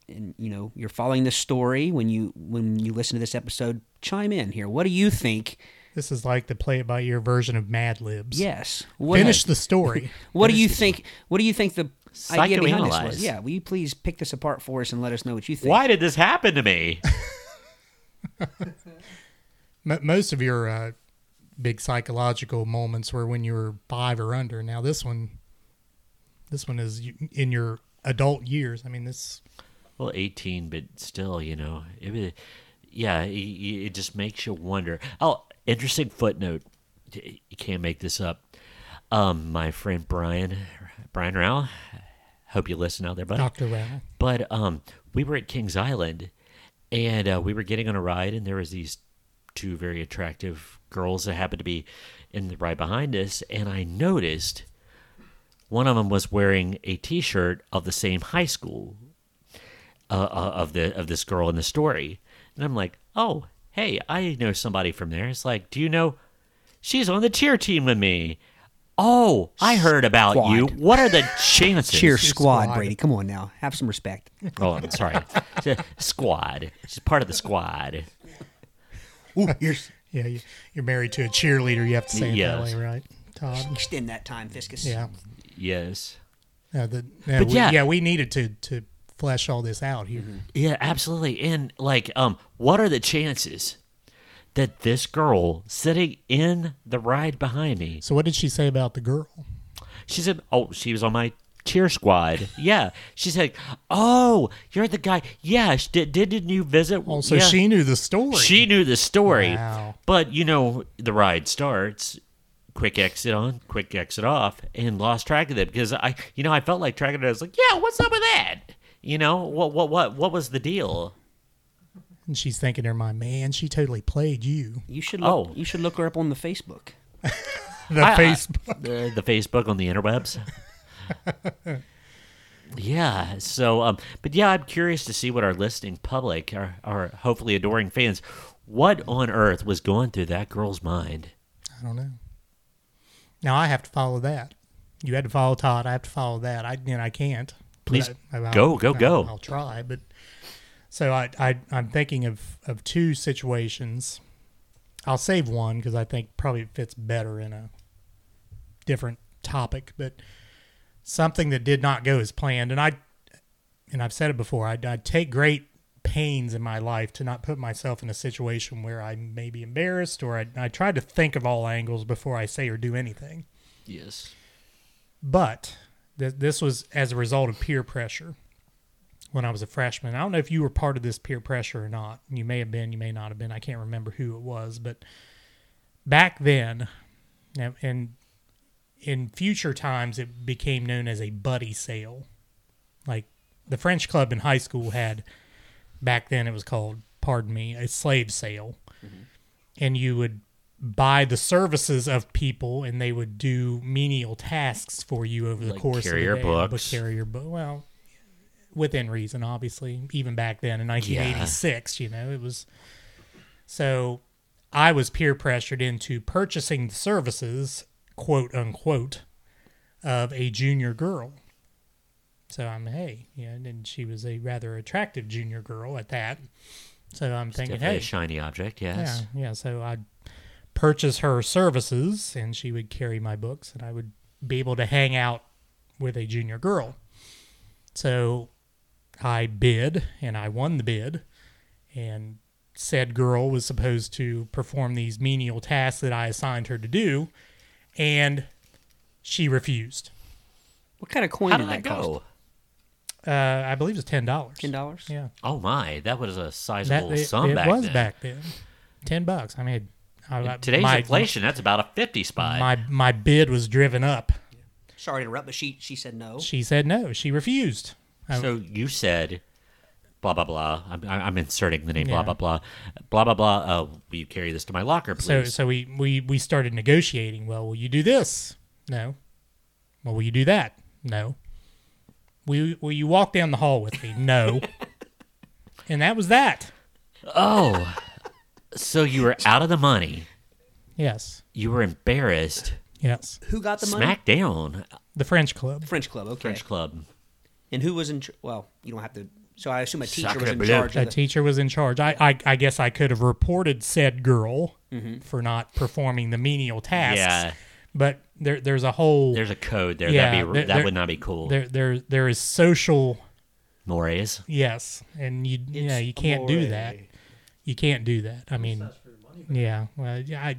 Speaker 4: and you know you're following this story when you when you listen to this episode, chime in here. What do you think?
Speaker 2: This is like the play it by ear version of Mad Libs.
Speaker 4: Yes. What
Speaker 2: Finish the
Speaker 3: (laughs)
Speaker 2: story.
Speaker 4: What do you think? What do you think the idea behind this
Speaker 3: Psychoanalyze.
Speaker 4: was? Yeah. Will you please pick this apart for us and let us know what you think?
Speaker 3: Why did this happen to
Speaker 4: (laughs)
Speaker 3: me?
Speaker 2: Mo most of your uh, big psychological moments were when you were five or under. Now this one, this one is y- in your adult years. I mean, this
Speaker 3: Well, 18, but still, you know, it, was- yeah, it, it just makes you wonder. Oh, interesting footnote. You can't make this up. Um, my friend Brian, Brian Rowell, hope you listen out there, buddy.
Speaker 2: Doctor Rao.
Speaker 3: But um, we were at Kings Island, and uh, we were getting on a ride, and there was these two very attractive girls that happened to be in the ride behind us, and I noticed one of them was wearing a T-shirt of the same high school uh, uh, of the of this girl in the story, and I'm like, oh, hey, I know somebody from there. It's like, do you know? She's on the cheer team with me. Oh, I heard about you.
Speaker 4: Squad.
Speaker 3: What are the chances?
Speaker 4: Cheer
Speaker 2: squad.
Speaker 4: squad, Brady. Come on now. Have some respect.
Speaker 3: Oh, I'm sorry. (laughs) squad. She's part of the squad.
Speaker 2: (laughs)
Speaker 4: Ooh, you're
Speaker 2: Yeah, you, you're married to a cheerleader. You have to say it that
Speaker 3: Yes.
Speaker 2: way, right, Todd?
Speaker 4: extend that time, Fiscus.
Speaker 2: Yeah.
Speaker 3: Yes.
Speaker 2: Yeah, the, yeah,
Speaker 3: But
Speaker 2: we,
Speaker 3: yeah.
Speaker 2: yeah. we needed to to flesh all this out here.
Speaker 3: Yeah, absolutely. And like, um, what are the chances that this girl sitting in the ride behind me?
Speaker 2: So, what did she say about the girl?
Speaker 3: She said, "Oh, she was on my cheer squad." Yeah. She said, "Oh, you're the guy." Yeah. sh- Did didn't you visit?
Speaker 2: Oh, so
Speaker 3: yeah.
Speaker 2: she knew the story.
Speaker 3: She knew the story.
Speaker 2: Wow.
Speaker 3: But you know, the ride starts. Quick exit on, quick exit off, and lost track of it because I, you know, I felt like tracking it. I was like, "Yeah, what's up with that?" You know, what, what, what, what was the deal?
Speaker 2: and she's thinking in her mind, man, she totally played you.
Speaker 4: You should look,
Speaker 3: Oh.
Speaker 4: you should look her up on the Facebook.
Speaker 2: The
Speaker 3: I- I-
Speaker 2: Facebook.
Speaker 3: the, the Facebook on the interwebs. (laughs) yeah. So, um, but yeah, I'm curious to see what our listening public, our, our hopefully adoring fans, what on earth was going through that girl's mind?
Speaker 2: I don't know. Now I have to follow that. You had to follow Todd. I have to follow that. I and I can't.
Speaker 3: Please
Speaker 2: But I, I'll-
Speaker 3: go, go,
Speaker 2: I'll-
Speaker 3: go.
Speaker 2: I'll try, but so I, I I'm thinking of of two situations. I'll save one because I think probably it fits better in a different topic, but something that did not go as planned, and I and I've said it before. I, I take great pains in my life to not put myself in a situation where I may be embarrassed, or I, I try to think of all angles before I say or do anything.
Speaker 3: Yes.
Speaker 2: But th- this was as a result of peer pressure when I was a freshman. I don't know if you were part of this peer pressure or not. You may have been, you may not have been. I can't remember who it was, but back then, now- and in future times, it became known as a buddy sale. Like the French club in high school had back then, it was called, pardon me, a slave sale
Speaker 3: Mm-hmm.
Speaker 2: and you would buy the services of people and they would do menial tasks for you over the
Speaker 3: Like
Speaker 2: course
Speaker 3: carry
Speaker 2: of
Speaker 3: your
Speaker 2: the day. But
Speaker 3: books.
Speaker 2: carry your book well within reason obviously even back then in 1986 you know it was so i was peer pressured into purchasing the services quote unquote of a junior girl so i'm hey you know and she was a rather attractive junior girl at that so i'm thinking
Speaker 3: Definitely
Speaker 2: hey
Speaker 3: a shiny object. Yes.
Speaker 2: yeah, yeah. So I'd purchase her services, and she would carry my books, and I would be able to hang out with a junior girl. So I bid, and I won the bid, and said girl was supposed to perform these menial tasks that I assigned her to do, and she refused.
Speaker 4: What kind of coin
Speaker 3: How
Speaker 4: did,
Speaker 3: did that
Speaker 4: cost?
Speaker 3: go?
Speaker 2: Uh, I believe it was ten dollars.
Speaker 4: Ten dollars.
Speaker 2: Yeah.
Speaker 3: Oh my, that was a
Speaker 2: That,
Speaker 3: sizable
Speaker 2: it
Speaker 3: sum
Speaker 2: it
Speaker 3: back
Speaker 2: was
Speaker 3: then.
Speaker 2: back then. Ten bucks. I mean, I, I-
Speaker 3: Today's
Speaker 2: my-
Speaker 3: inflation, that's about a 50 spot.
Speaker 2: my my bid was driven up.
Speaker 4: Sorry to interrupt, but she she said no.
Speaker 2: She said no. She refused. I-
Speaker 3: So you said, blah blah blah. I'm, I'm inserting the name
Speaker 2: Yeah.
Speaker 3: blah blah blah, blah blah blah. Uh, will you carry this to my locker,
Speaker 2: so
Speaker 3: please?
Speaker 2: so we, we we started negotiating. Well, will you do this? No. Well, will you do that? No.
Speaker 3: (laughs)
Speaker 2: Will will you walk down the hall with me? No. and that was that.
Speaker 3: Oh, so you were out of the money.
Speaker 2: Yes.
Speaker 3: You were embarrassed.
Speaker 2: Yes.
Speaker 4: Who got the money?
Speaker 3: Smackdown
Speaker 2: The French Club.
Speaker 4: French Club. Okay.
Speaker 3: French Club.
Speaker 4: And who was in? Ch- well, you don't have to. So I assume a teacher
Speaker 3: Sacre
Speaker 4: was in
Speaker 3: bleu.
Speaker 4: charge.
Speaker 2: A
Speaker 4: Of the,
Speaker 2: teacher was in charge. I, I, I guess I could have reported said girl for not performing the menial tasks.
Speaker 3: Mm-hmm. Yeah.
Speaker 2: But there, there's a whole
Speaker 3: There's a code there.
Speaker 2: Yeah,
Speaker 3: That'd be,
Speaker 2: there-
Speaker 3: that
Speaker 2: there-
Speaker 3: would not be cool.
Speaker 2: there there there is social
Speaker 3: Mores.
Speaker 2: yes, and you yeah
Speaker 4: It's
Speaker 2: you can't do
Speaker 4: amore.
Speaker 2: that. You can't do that. I mean, yeah. Well, yeah, I,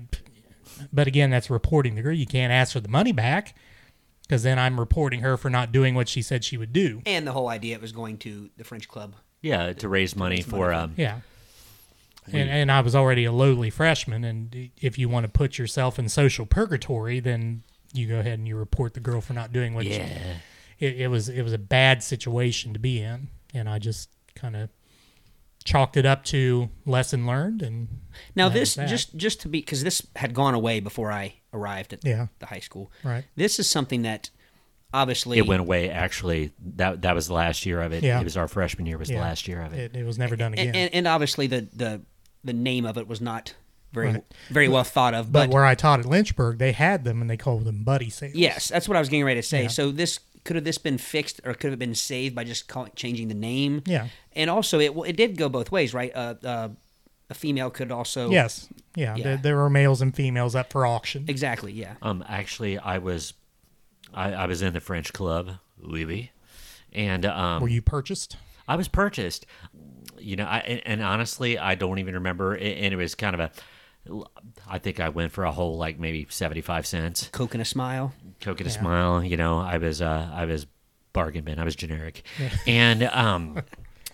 Speaker 2: but again, that's reporting the girl. You can't ask for the money back because then I'm reporting her for not doing what she said she would do.
Speaker 4: and the whole idea it was going to the French Club.
Speaker 3: Yeah, to raise money for um,
Speaker 2: Yeah. And, and I was already a lowly freshman, and if you want to put yourself in social purgatory, then you go ahead and you report the girl for not doing what. She,
Speaker 3: yeah.
Speaker 2: it, it was it was a bad situation to be in, and I just kind of chalked it up to lesson learned, and
Speaker 4: Now
Speaker 2: That was
Speaker 4: this
Speaker 2: that.
Speaker 4: just just to be because this had gone away before I arrived at
Speaker 2: Yeah.
Speaker 4: the high school.
Speaker 2: Right.
Speaker 4: This is something that obviously
Speaker 3: It went away. Actually, that that was the last year of it.
Speaker 2: Yeah.
Speaker 3: It was our freshman year. Was the
Speaker 2: Yeah.
Speaker 3: last year of it.
Speaker 2: it, it was never done again.
Speaker 4: and, and, and obviously the the the name of it was not very
Speaker 2: Right.
Speaker 4: very well thought of.
Speaker 2: but,
Speaker 4: But,
Speaker 2: where I taught at Lynchburg, they had them and they called them buddy sales.
Speaker 4: yes, that's what I was getting ready to say.
Speaker 2: Yeah.
Speaker 4: So this could have this been fixed or could have been saved by just calling, changing the name.
Speaker 2: Yeah.
Speaker 4: And also it it did go both ways, right? Uh, uh, a female could also
Speaker 2: Yes. Yeah.
Speaker 4: Yeah.
Speaker 2: There, there were males and females up for auction.
Speaker 4: exactly yeah.
Speaker 3: Um, actually, I was, I, I was in the French Club, oui, oui. and um,
Speaker 2: Were you purchased?
Speaker 3: I was purchased. You know, I and, and honestly, I don't even remember. a- And it was kind of a, I think I went for a whole like maybe seventy five cents.
Speaker 4: Coke and a smile.
Speaker 3: Coke and a smile. You know, I was uh, I was bargain bin. I was generic, (laughs) and um,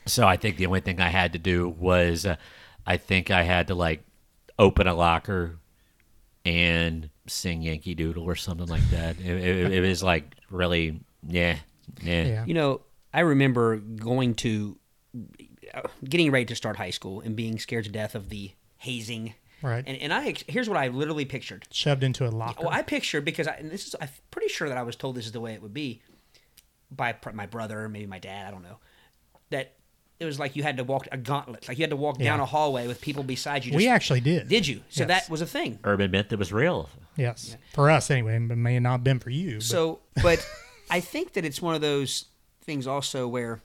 Speaker 3: so I think the only thing I had to do was uh, I think I had to like open a locker and sing Yankee Doodle or something like that. it, it, it was like really yeah yeah.
Speaker 2: Yeah.
Speaker 4: You know, I remember going to getting ready to start high school and being scared to death of the hazing.
Speaker 2: Right.
Speaker 4: And, and I here's what I literally pictured.
Speaker 2: Shoved into a locker.
Speaker 4: Well, I pictured because I, and this is I'm pretty sure that I was told this is the way it would be by pr- my brother, maybe my dad, I don't know. That it was like you had to walk a gauntlet, like you had to walk down
Speaker 2: Yeah.
Speaker 4: a hallway with people beside you. Just,
Speaker 2: we actually did.
Speaker 4: did you? So
Speaker 2: Yes.
Speaker 4: that was a thing.
Speaker 3: Urban myth that was real.
Speaker 2: Yes. For us, anyway. It may not have been for you. But
Speaker 4: So, but I think that it's one of those things also where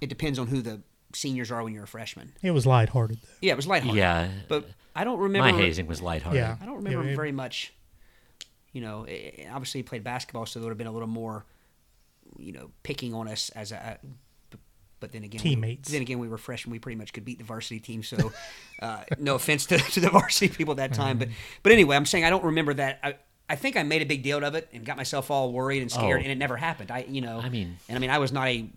Speaker 4: it depends on who the seniors are when you're a freshman.
Speaker 2: it was lighthearted, though.
Speaker 4: Yeah, it was lighthearted.
Speaker 3: Yeah,
Speaker 4: but I don't
Speaker 3: my
Speaker 4: remember.
Speaker 3: hazing was lighthearted.
Speaker 2: Yeah.
Speaker 4: I don't remember
Speaker 2: It- it-
Speaker 4: very much. You know, eh, obviously he played basketball, so there would have been a little more, you know, picking on us as a. But then again, we-
Speaker 2: Teammates.
Speaker 4: then again, we were freshmen. We pretty much could beat the varsity team. So, (laughs) uh, no offense to, to the varsity people at that time, but
Speaker 2: Mm-hmm.
Speaker 4: but anyway, I'm saying I don't remember that. I, I think I made a big deal of it and got myself all worried and scared,
Speaker 3: Oh.
Speaker 4: and it never happened. I you know,
Speaker 3: I mean-
Speaker 4: and I mean, I was not a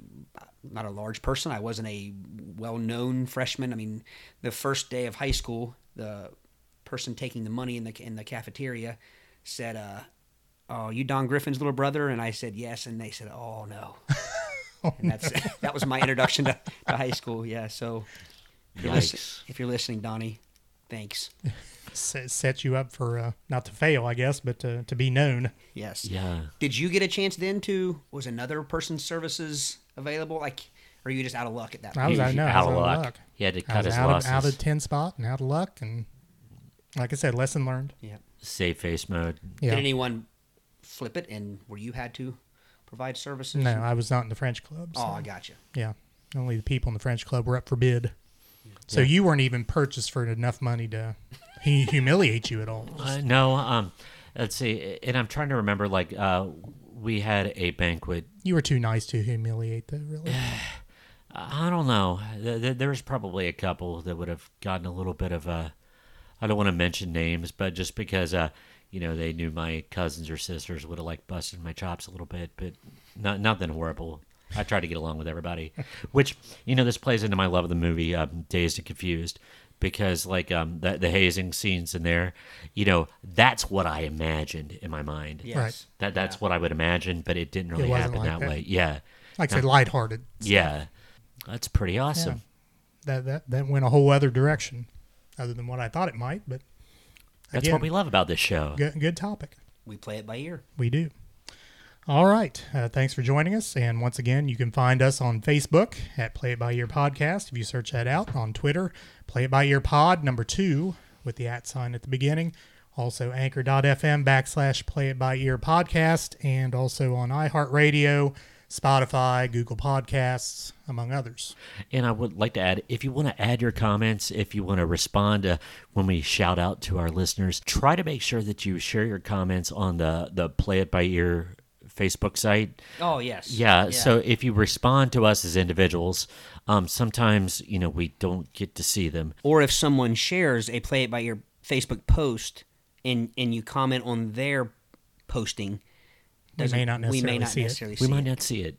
Speaker 4: not a large person. I wasn't a well-known freshman. I mean, the first day of high school, the person taking the money in the in the cafeteria said, uh, "Oh, you Don Griffin's little brother?" And I said, "Yes." And they said, "Oh no." and that's (laughs) that was my introduction to, to high school. Yeah. So if you're, listen-
Speaker 3: Yikes.
Speaker 4: if you're listening, Donnie, thanks.
Speaker 2: Set, set you up for uh, not to fail, I guess, but to, to be known.
Speaker 4: Yes.
Speaker 3: Yeah.
Speaker 4: Did you get a chance then to was another person's services available? Like, or are you just out of luck at that?
Speaker 2: I
Speaker 4: point?
Speaker 2: was
Speaker 3: He-
Speaker 2: out,
Speaker 3: he-
Speaker 2: no, I
Speaker 3: out
Speaker 2: was
Speaker 3: of
Speaker 2: out
Speaker 3: luck.
Speaker 2: of luck.
Speaker 3: He had to
Speaker 2: I was
Speaker 3: cut his
Speaker 2: out of, out
Speaker 3: losses.
Speaker 2: of 10 spot and out of luck. And like I said, lesson learned.
Speaker 4: Yeah.
Speaker 3: Save face mode.
Speaker 2: Yeah.
Speaker 4: Did anyone flip it and where you had to provide services?
Speaker 2: No, I was not in the French club. so-
Speaker 4: Oh, I got you.
Speaker 2: Yeah. Only the people in the French club were up for bid. So you weren't even purchased for enough money to hu- humiliate you at all.
Speaker 3: Uh, no, um, let's see, and I'm trying to remember. Like, uh, we had a banquet.
Speaker 2: You were too nice to humiliate, though, really.
Speaker 3: I don't know. Th- th- There was probably a couple that would have gotten a little bit of a. I don't want to mention names, but just because, uh, you know, they knew my cousins or sisters would have like busted my chops a little bit, but not nothing horrible. I tried to get along with everybody, (laughs) which you know this plays into my love of the movie um, Dazed and Confused because like um, the, the hazing scenes in there, you know, that's what I imagined in my mind.
Speaker 4: Yes.
Speaker 2: Right.
Speaker 3: That that's what I would imagine, but it didn't really
Speaker 2: wasn't
Speaker 3: happen
Speaker 2: like
Speaker 3: that,
Speaker 2: that.
Speaker 3: way. Yeah.
Speaker 2: Like I said, lighthearted.
Speaker 3: Yeah. That's pretty awesome.
Speaker 2: That, that, that went a whole other direction other than what I thought it might, but
Speaker 3: That's
Speaker 2: again,
Speaker 3: what we love about this show.
Speaker 2: good, good topic.
Speaker 4: We play it by ear.
Speaker 2: We do. All right. Uh, thanks for joining us. And once again, you can find us on Facebook at Play It By Ear Podcast. If you search that out on Twitter, Play It By Ear Pod, number two, with the at sign at the beginning. Also, anchor.fm backslash Play It By Ear Podcast. And also on iHeartRadio, Spotify, Google Podcasts, among others.
Speaker 3: And I would like to add if you want to add your comments, if you want to respond to when we shout out to our listeners, try to make sure that you share your comments on the, the Play It By Ear Facebook site.
Speaker 4: Oh yes.
Speaker 3: Yeah, So if you respond to us as individuals, um, sometimes, you know, we don't get to see them.
Speaker 4: or if someone shares a play it by ear Facebook post and and you comment on their posting,
Speaker 2: We may not
Speaker 4: we may
Speaker 2: necessarily
Speaker 4: not
Speaker 2: see it.
Speaker 4: necessarily
Speaker 3: We
Speaker 4: see
Speaker 3: might
Speaker 4: it.
Speaker 3: not see it.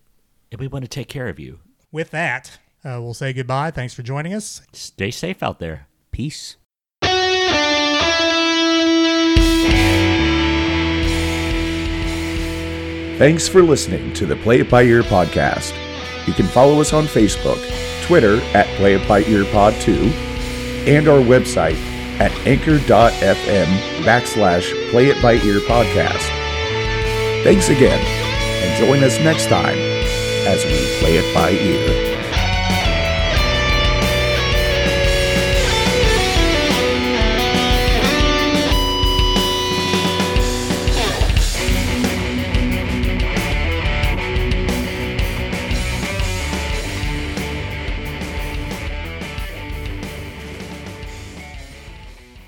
Speaker 3: And we want to take care of you.
Speaker 2: With that, uh, we'll say goodbye. Thanks for joining us.
Speaker 3: Stay safe out there.
Speaker 4: Peace.
Speaker 1: Thanks for listening to the Play It By Ear podcast. You can follow us on Facebook, Twitter at Play It By Ear Pod 2, and our website at anchor.fm backslash Play It By Ear podcast. Thanks again, and join us next time as we play it by ear.